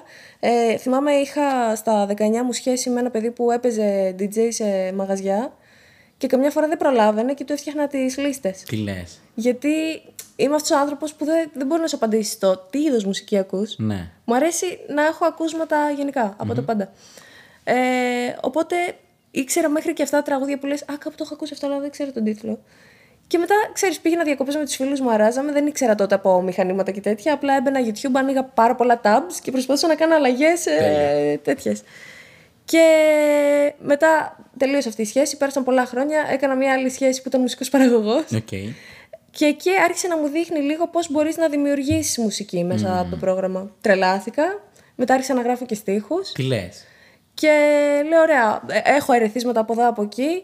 S2: ε, θυμάμαι είχα στα 19 μου σχέση με ένα παιδί που έπαιζε DJ σε μαγαζιά και καμιά φορά δεν προλάβαινε και του έφτιαχνα τις λίστες.
S1: Τι λες.
S2: Γιατί είμαι αυτός ο άνθρωπος που δεν, δεν μπορεί να σου απαντήσει το τι είδος μουσική ακούς.
S1: Ναι.
S2: Μου αρέσει να έχω ακούσματα γενικά, από τα πάντα. Ε, οπότε ήξερα μέχρι και αυτά τα τραγούδια που λες «Α, κάπου το έχω ακούσει αυτό, αλλά δεν ξέρω τον τίτλο». Και μετά, ξέρεις, πήγαινα διακοπές με τους φίλους μου, αράζαμε, δεν ήξερα τότε από μηχανήματα και τέτοια, απλά έμπαινα YouTube, άνοιγα πάρα πολλά tabs και προσπαθούσα να κάνω αλλαγές ε,
S1: Τέλεια.
S2: τέτοιες. Και μετά τελείωσε αυτή η σχέση, πέρασαν πολλά χρόνια, έκανα μια άλλη σχέση που ήταν μουσικός παραγωγός.
S1: Οκ.
S2: Και εκεί άρχισε να μου δείχνει λίγο πώς μπορείς να δημιουργήσεις μουσική μέσα από το πρόγραμμα. Τρελάθηκα. Μετά άρχισα να γράφω και στίχους.
S1: Τι λες.
S2: Και λέω, ωραία, ε, έχω ερεθίσματα από εδώ, από εκεί.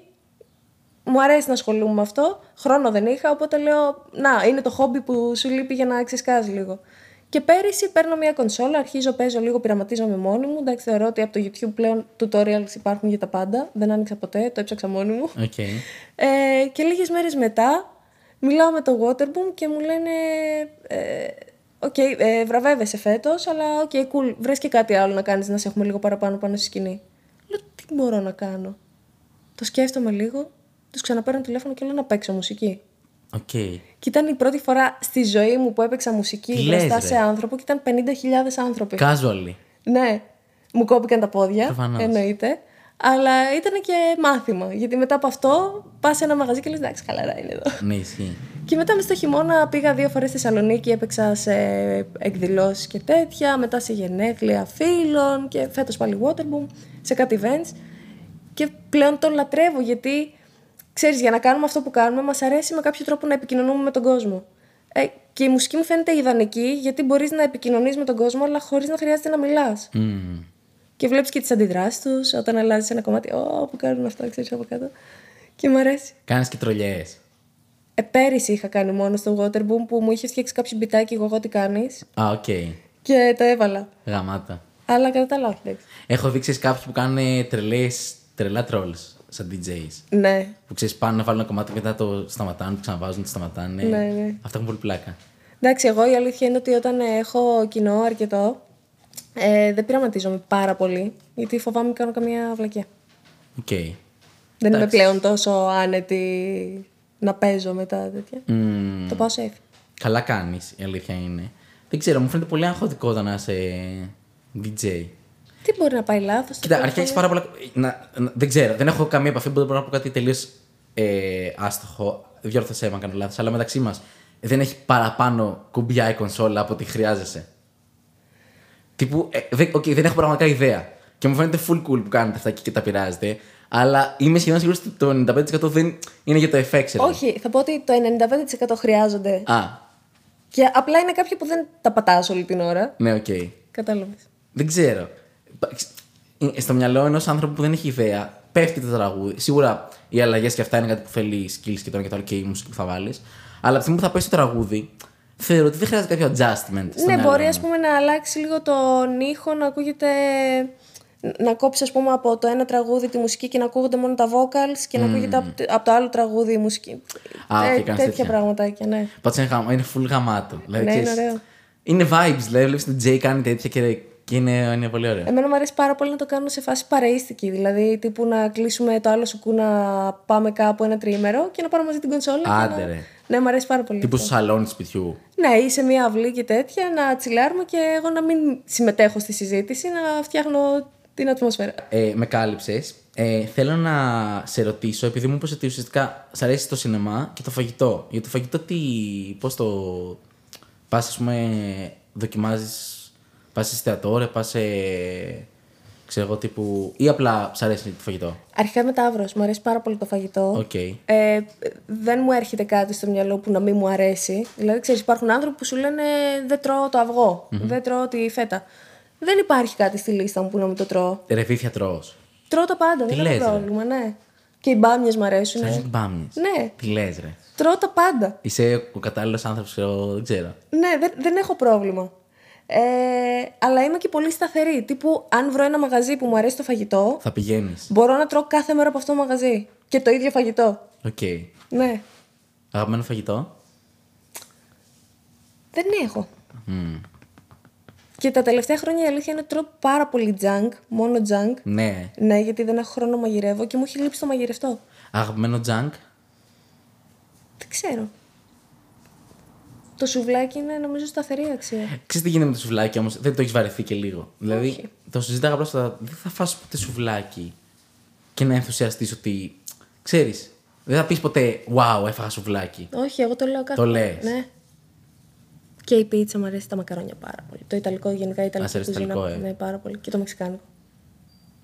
S2: Μου αρέσει να ασχολούμαι με αυτό. Χρόνο δεν είχα, οπότε λέω, να, είναι το χόμπι που σου λείπει για να ξεσκάζει λίγο. Και πέρυσι παίρνω μια κονσόλα, αρχίζω, παίζω λίγο, πειραματίζομαι μόνη μου. Εντάξει, θεωρώ ότι από το YouTube πλέον tutorials υπάρχουν για τα πάντα. Δεν άνοιξα ποτέ, το έψαξα μόνη μου.
S1: Οκ.
S2: Ε, και λίγες μέρες μετά μιλάω με το Waterboom και μου λένε ε, «Οκ, ε, βραβεύεσαι φέτος, αλλά οκ, cool, βρες και κάτι άλλο να κάνεις, να σε έχουμε λίγο παραπάνω πάνω στη σκηνή». Λέω «Τι μπορώ να κάνω». Το σκέφτομαι λίγο, τους ξαναπαίρνω τηλέφωνο και λέω να παίξω μουσική.
S1: Οκ.
S2: Και ήταν η πρώτη φορά στη ζωή μου που έπαιξα μουσική
S1: Τι
S2: μπροστά
S1: λες, ρε.
S2: σε άνθρωπο και ήταν 50.000 άνθρωποι.
S1: Casually.
S2: Ναι, μου κόπηκαν τα πόδια,
S1: Προφανώς.
S2: εννοείται. Αλλά ήταν και μάθημα. Γιατί μετά από αυτό πας σε ένα μαγαζί και λες: Εντάξει, χαλαρά είναι εδώ.
S1: Ναι, ισχύει.
S2: Και μετά μες στο χειμώνα πήγα δύο φορές στη Θεσσαλονίκη, έπαιξα σε εκδηλώσεις και τέτοια. Μετά σε γενέθλια φίλων και φέτος πάλι Waterboom, σε κάτι events. Και πλέον τον λατρεύω γιατί ξέρεις, για να κάνουμε αυτό που κάνουμε, μας αρέσει με κάποιο τρόπο να επικοινωνούμε με τον κόσμο. Ε, και η μουσική μου φαίνεται ιδανική γιατί μπορείς να επικοινωνείς με τον κόσμο, αλλά χωρίς να χρειάζεται να μιλάς.
S1: Μμμ.
S2: Και βλέπεις και τις αντιδράσεις τους όταν αλλάζεις ένα κομμάτι. Ω, που κάνουν αυτά, ξέρεις από κάτω. Και μου αρέσει.
S1: Κάνεις και τρολιές.
S2: Ε, πέρυσι είχα κάνει μόνο στο Waterboom που μου είχε φτιάξει κάποιο μπιτάκι εγώ, εγώ τι κάνεις.
S1: Α, οκ.
S2: Και τα έβαλα.
S1: Γαμάτα.
S2: Αλλά κατά τα άλλα, όχι, εντάξει.
S1: Έχω δει ξέρεις, κάποιοι που κάνουν τρελές, τρελά trolls σαν DJs.
S2: Ναι.
S1: Που ξέρεις, πάνε να βάλουν ένα κομμάτι μετά το σταματάνε, το ξαναβάζουν, το σταματάνε.
S2: Ναι, ναι.
S1: Αυτά έχουν πολύ πλάκα.
S2: Εντάξει, εγώ η αλήθεια είναι ότι όταν ε, έχω κοινό αρκετό, ε, δεν πειραματίζομαι πάρα πολύ. Γιατί φοβάμαι να κάνω καμία βλακεία.
S1: Οκ.
S2: Δεν είμαι
S1: Εντάξει.
S2: πλέον τόσο άνετη να παίζω μετά τέτοια.
S1: Μμμ.
S2: Το πάω safe.
S1: Καλά κάνεις, η αλήθεια είναι. Δεν ξέρω, μου φαίνεται πολύ αγχωτικό όταν είσαι DJ.
S2: Τι μπορεί να πάει λάθος.
S1: Κοίτα, αρχικά έχεις πάρα πολλά. Να, να- δεν ξέρω, δεν έχω καμία επαφή, δεν μπορώ να πω κάτι τελείως ε, άστοχο. Διόρθωσέ με αν κάνω λάθος. Αλλά μεταξύ μας, δεν έχει παραπάνω κουμπιά η κονσόλα από ό,τι χρειάζεσαι. Τύπου, ε, δεν, οκ, δεν έχω πραγματικά ιδέα. Και μου φαίνεται full cool που κάνετε αυτά και, και τα πειράζετε. Αλλά είμαι σχεδόν σίγουρος ότι το 95% δεν είναι για το FX. ρε.
S2: Όχι, θα πω ότι το 95% χρειάζονται
S1: Α,
S2: Και απλά είναι κάποιοι που δεν τα πατάς όλη την ώρα.
S1: ναι, οκ.
S2: Κατάλαβες.
S1: Δεν ξέρω. Πα- ξ- ε, Στο μυαλό ενός άνθρωπου που δεν έχει ιδέα, πέφτει το τραγούδι. Σίγουρα οι αλλαγές και αυτά είναι κάτι που θέλει skills και το ένα και το άλλο και η μουσική που θα βάλεις. Αλλά από τη στιγμή που θα πέσει το τραγούδι, θεωρώ ότι δεν χρειάζεται κάποιο adjustment. στο
S2: Ναι,
S1: μυαλό
S2: μπορεί
S1: μου.
S2: ας πούμε να αλλάξει λίγο τον ήχο, να ακούγεται. να κόψει ας πούμε από το ένα τραγούδι τη μουσική και να ακούγονται μόνο τα vocals και να ακούγεται από το- από το άλλο τραγούδι η μουσική.
S1: Α, οκ,
S2: Ε,
S1: κάνεις
S2: τέτοια,
S1: τέτοια.
S2: πραγματάκια, ναι.
S1: Πάντω είναι, γαμα- είναι full γαμάτο. Δηλαδή,
S2: Ναι, είναι
S1: ξέρεις,
S2: ωραίο.
S1: είναι vibes. Δηλαδή, βλέπει τον Jay κάνει τέτοια και, και είναι, είναι πολύ ωραίο.
S2: Εμένα μου αρέσει πάρα πολύ να το κάνω σε φάση παρείστικη. Δηλαδή, τύπου να κλείσουμε το άλλο σουκού να πάμε κάπου ένα τριήμερο και να πάρουμε μαζί την κονσόλα. και
S1: Άντε,
S2: να...
S1: ρε.
S2: Ναι, μου αρέσει πάρα πολύ.
S1: Τύπου
S2: αυτό.
S1: στο σαλόνι του σπιτιού.
S2: Ναι, ή σε μια αυλή και τέτοια, να τσιλάρουμε και εγώ να μην συμμετέχω στη συζήτηση, να φτιάχνω την ατμόσφαιρα.
S1: Ε, με κάλυψες. Ε, θέλω να σε ρωτήσω, επειδή μου είπες ότι ουσιαστικά σ' αρέσει το σινεμά και το φαγητό. Για το φαγητό, τι, πώς το. Πας, ας πούμε, δοκιμάζεις. Πας σε εστιατόρια, πας σε. ξέρω εγώ τύπου. ή απλά σ' αρέσει το φαγητό.
S2: Αρχικά με ταύρος, μου αρέσει πάρα πολύ το φαγητό.
S1: Οκ.
S2: Ε, δεν μου έρχεται κάτι στο μυαλό που να μην μου αρέσει. Δηλαδή, ξέρεις, υπάρχουν άνθρωποι που σου λένε δεν τρώω το αυγο δεν τρώω τη φέτα. Δεν υπάρχει κάτι στη λίστα μου που να μην το τρώω.
S1: Ρε βήθεια τρως.
S2: Τρώω τα πάντα, δεν
S1: λες,
S2: έχω
S1: ρε?
S2: πρόβλημα, ναι. Και οι μπάμιες μου αρέσουν.
S1: Σ' αρέσουν οι μπάμιες.
S2: Ναι,
S1: Τι λες, ρε.
S2: τρώω τα πάντα.
S1: Είσαι ο κατάλληλος άνθρωπος, ξέρω, δεν ξέρω.
S2: Ναι, δεν, δεν έχω πρόβλημα. Ε, αλλά είμαι και πολύ σταθερή. Τύπου, αν βρω ένα μαγαζί που μου αρέσει το φαγητό,
S1: Θα πηγαίνεις.
S2: μπορώ να τρώω κάθε μέρα από αυτό το μαγαζί. Και το ίδιο φαγητό.
S1: Οκ.
S2: Ναι.
S1: Αγαπημένο φαγητό.
S2: Δεν έχω. Και τα τελευταία χρόνια η αλήθεια είναι ότι τρώω πάρα πολύ junk, μόνο junk.
S1: Ναι.
S2: Ναι, γιατί δεν έχω χρόνο να μαγειρεύω και μου έχει λείψει το μαγειρευτό.
S1: Αγαπημένο junk.
S2: Δεν ξέρω. Το σουβλάκι είναι νομίζω σταθερή αξία.
S1: Ξέρεις τι γίνεται με το σουβλάκι όμως, δεν το έχεις βαρεθεί και λίγο. Δηλαδή, το συζήταγα πρόσφατα, δεν θα φας ποτέ σουβλάκι και να ενθουσιαστείς ότι. ξέρεις, δεν θα πεις ποτέ Wow, έφαγα σουβλάκι.
S2: Όχι, εγώ το λέω κάθε
S1: Το
S2: μέρα.
S1: λες.
S2: Ναι. Και η πίτσα μου αρέσει τα μακαρόνια πάρα πολύ. Το ιταλικό, γενικά η
S1: Ας, σ'
S2: ιταλική
S1: αρέσει το
S2: κουζίνα.
S1: ιταλικό, ε.
S2: Ναι, πάρα πολύ. Και το μεξικάνικο.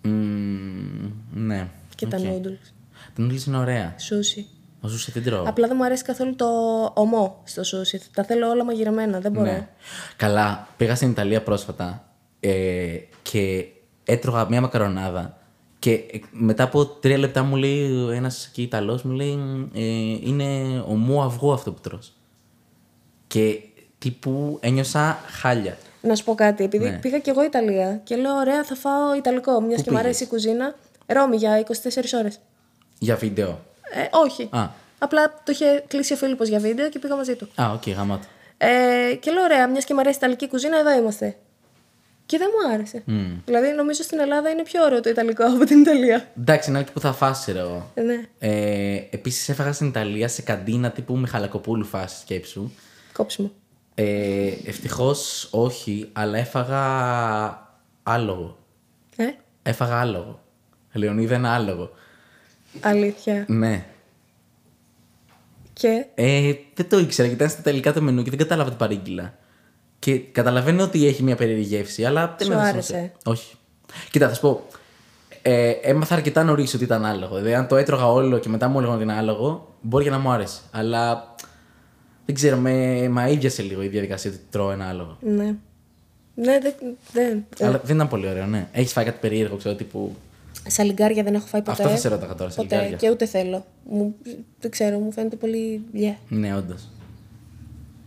S1: Μμμ, ναι.
S2: Και τα
S1: Οκ.
S2: noodles.
S1: Τα noodles είναι ωραία.
S2: Σούσι.
S1: Ο Ζούσε δεν τρώω.
S2: Απλά δεν μου αρέσει καθόλου το ομό στο σούσι. Τα θέλω όλα μαγειρεμένα. Δεν μπορώ.
S1: Ναι. Καλά, πήγα στην Ιταλία πρόσφατα ε, και έτρωγα μία μακαρονάδα. Και ε, μετά από τρία λεπτά μου λέει ένας εκεί Ιταλός, μου λέει ε, Είναι ομό αυγό αυτό που τρως. Και τύπου ένιωσα χάλια.
S2: Να σου πω κάτι. Επειδή
S1: Ναι.
S2: πήγα κι εγώ Ιταλία και λέω: Ωραία, θα φάω Ιταλικό. Μιας και μου
S1: πήγες?
S2: αρέσει η κουζίνα. Ρώμη για 24 ώρες.
S1: Για βίντεο.
S2: Ε, όχι.
S1: Α.
S2: Απλά το είχε κλείσει ο Φίλιππος για βίντεο και πήγα μαζί του.
S1: Α, οκ, γαμάτο.
S2: Ε, και λέω: Ωραία, μιας και μου αρέσει η Ιταλική κουζίνα, εδώ είμαστε. Και δεν μου άρεσε. Δηλαδή, νομίζω στην Ελλάδα είναι πιο ωραίο το Ιταλικό από την Ιταλία.
S1: Εντάξει, είναι εκεί που θα φάσεις, ρε εγώ.
S2: Ε, ναι.
S1: Ε, Επίσης, έφαγα στην Ιταλία σε καντίνα τύπου Μιχαλακοπούλου φάση σκέψου.
S2: Κόψιμο.
S1: Ε, Ευτυχώς όχι, αλλά έφαγα άλογο.
S2: Ε,
S1: Έφαγα άλογο. Λεωνίδα ένα άλογο.
S2: αλήθεια.
S1: Ναι.
S2: Και
S1: Ε, δεν το ήξερα γιατί ήταν στα τελικά το μενού και δεν κατάλαβα την παρήγγυλα. Και καταλαβαίνω ότι έχει μια περίεργη γεύση, αλλά δεν
S2: Σου
S1: με έδωσε
S2: άρεσε?
S1: σημασία. Όχι. Κοίτα, θα σου πω. Ε, έμαθα αρκετά νωρίς ότι ήταν άλογο. Δηλαδή, αν το έτρωγα όλο και μετά μου έλεγαν ότι είναι άλογο, μπορεί και να μου άρεσε. Αλλά δεν ξέρω, με, με αίδιασε λίγο η διαδικασία ότι τρώω ένα άλογο.
S2: ναι. Ναι, δεν. δεν. ε,
S1: Αλλά δεν ήταν πολύ ωραίο, ναι. Έχεις φάει κάτι περίεργο, ξέρω, τύπου.
S2: Σαλιγκάρια δεν έχω φάει ποτέ.
S1: Αυτό θα σε ρώταγα τώρα,
S2: Ποτέ
S1: σαλιγκάρια.
S2: και ούτε θέλω. Μου, δεν ξέρω, μου φαίνεται πολύ. Yeah.
S1: Ναι, όντως.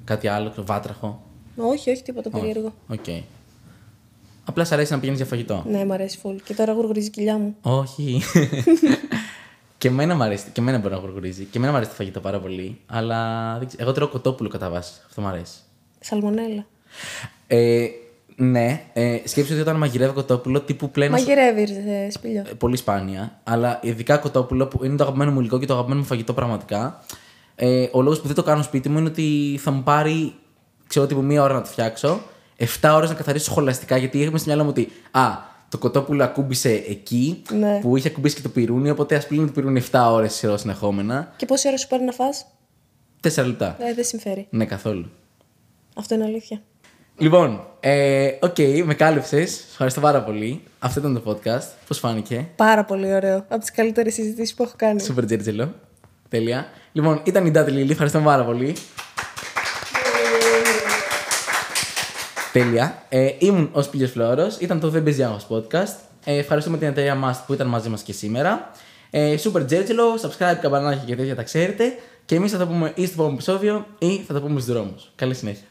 S1: Κάτι άλλο, βάτραχο.
S2: Όχι, όχι, τίποτα περίεργο.
S1: Οκ. Απλά σ' αρέσει να πηγαίνεις για φαγητό.
S2: Ναι, μου αρέσει φουλ. Και τώρα γουργουρίζει η κοιλιά μου.
S1: Όχι. και εμένα μου αρέσει. Και εμένα μπορεί να γουργουρίζει. Και εμένα μου αρέσει το φαγητό πάρα πολύ. Αλλά δεν ξέρω. εγώ τρώω κοτόπουλο κατά βάση. Αυτό μου αρέσει.
S2: Σαλμονέλα.
S1: Ε, ναι, ε, σκέψτε ότι όταν μαγειρεύω κοτόπουλο τύπου πλέον.
S2: Μαγειρεύεις, ε, σπήλιο.
S1: Πολύ σπάνια. Αλλά ειδικά κοτόπουλο που είναι το αγαπημένο μου υλικό και το αγαπημένο μου φαγητό πραγματικά. Ε, ο λόγος που δεν το κάνω σπίτι μου είναι ότι θα μου πάρει, ξέρω τύπου μία ώρα να το φτιάξω, 7 ώρες να καθαρίσω σχολαστικά. Γιατί είχαμε στο μυαλό μου ότι α, το κοτόπουλο ακούμπησε εκεί
S2: Ναι.
S1: που είχε ακούμπήσει και το πυρούνι. Οπότε ας πλύνει το πυρούνι 7 ώρε συνεχόμενα.
S2: Και πόση ώρα σου πάρει να φας,
S1: 4 λεπτά.
S2: ε, δεν συμφέρει.
S1: Ναι, καθόλου.
S2: Αυτό είναι αλήθεια.
S1: Λοιπόν, ε, οκ, με κάλυψες. Ευχαριστώ πάρα πολύ. Αυτό ήταν το podcast. Πώς φάνηκε.
S2: Πάρα πολύ ωραίο. Από τις καλύτερες συζητήσεις που έχω κάνει.
S1: Σούπερ τζέρτζελο. Τέλεια. Λοιπόν, ήταν η Ντάτ Λίλη. Ευχαριστώ πάρα πολύ. Τέλεια. Ε, ήμουν ο Σπίλιος Φλόρο. Ήταν το Δεν Παίζει Άγχος podcast. Ε, ευχαριστούμε την εταιρεία μας που ήταν μαζί μας και σήμερα. Ε, Super Τζέρτζελο, subscribe, καμπανάκι και τέτοια τα ξέρετε. Και εμείς θα τα πούμε ή στο επόμενο επεισόδιο ή θα τα πούμε στους δρόμους. Καλή συνέχεια.